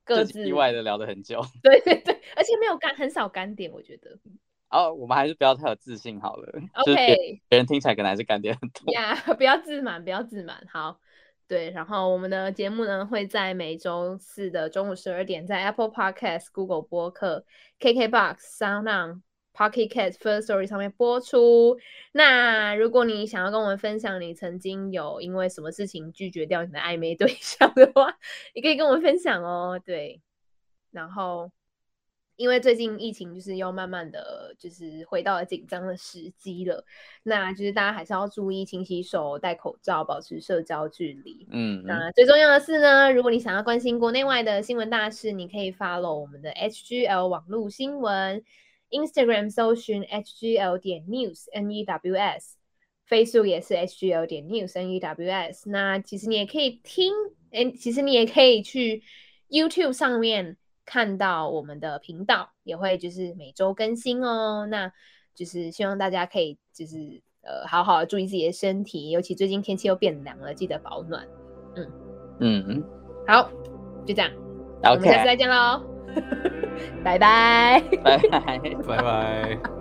Speaker 3: 各
Speaker 2: 这
Speaker 3: 自
Speaker 2: 是意外的聊了很久。
Speaker 3: 对对对，而且没有干很少干点，我觉得。
Speaker 2: 哦，我们还是不要太有自信好了。就是别
Speaker 3: OK
Speaker 2: 别人听起来可能还是干点很 多。
Speaker 3: 呀不要自满，不要自满。好，对，然后我们的节目呢会在每周四的中午十二点，在 Apple Podcast、Google 播客、KKBox、Sound On。Pocket Cat First Story 上面播出。那如果你想要跟我们分享你曾经有因为什么事情拒绝掉你的暧昧对象的话，你可以跟我们分享哦。对，然后因为最近疫情就是又慢慢的就是回到了紧张的时机了，那就是大家还是要注意勤洗手、戴口罩、保持社交距离。
Speaker 2: 嗯，
Speaker 3: 那最重要的是呢，如果你想要关心国内外的新闻大事，你可以 follow 我们的 HGL 网络新闻，Instagram 搜寻 HGL 点 news n e w s。Facebook 也是 HGL 点 news n e w s。那其实你也可以听，诶，其实你也可以去 YouTube 上面看到我们的频道，也会就是每周更新哦。那就是希望大家可以就是呃好好地注意自己的身体，尤其最近天气又变凉了，记得保暖。
Speaker 2: 嗯
Speaker 3: 好，就这样我们下次
Speaker 2: ，OK，
Speaker 3: 再见喽，拜拜。
Speaker 2: 拜拜。
Speaker 4: 拜拜。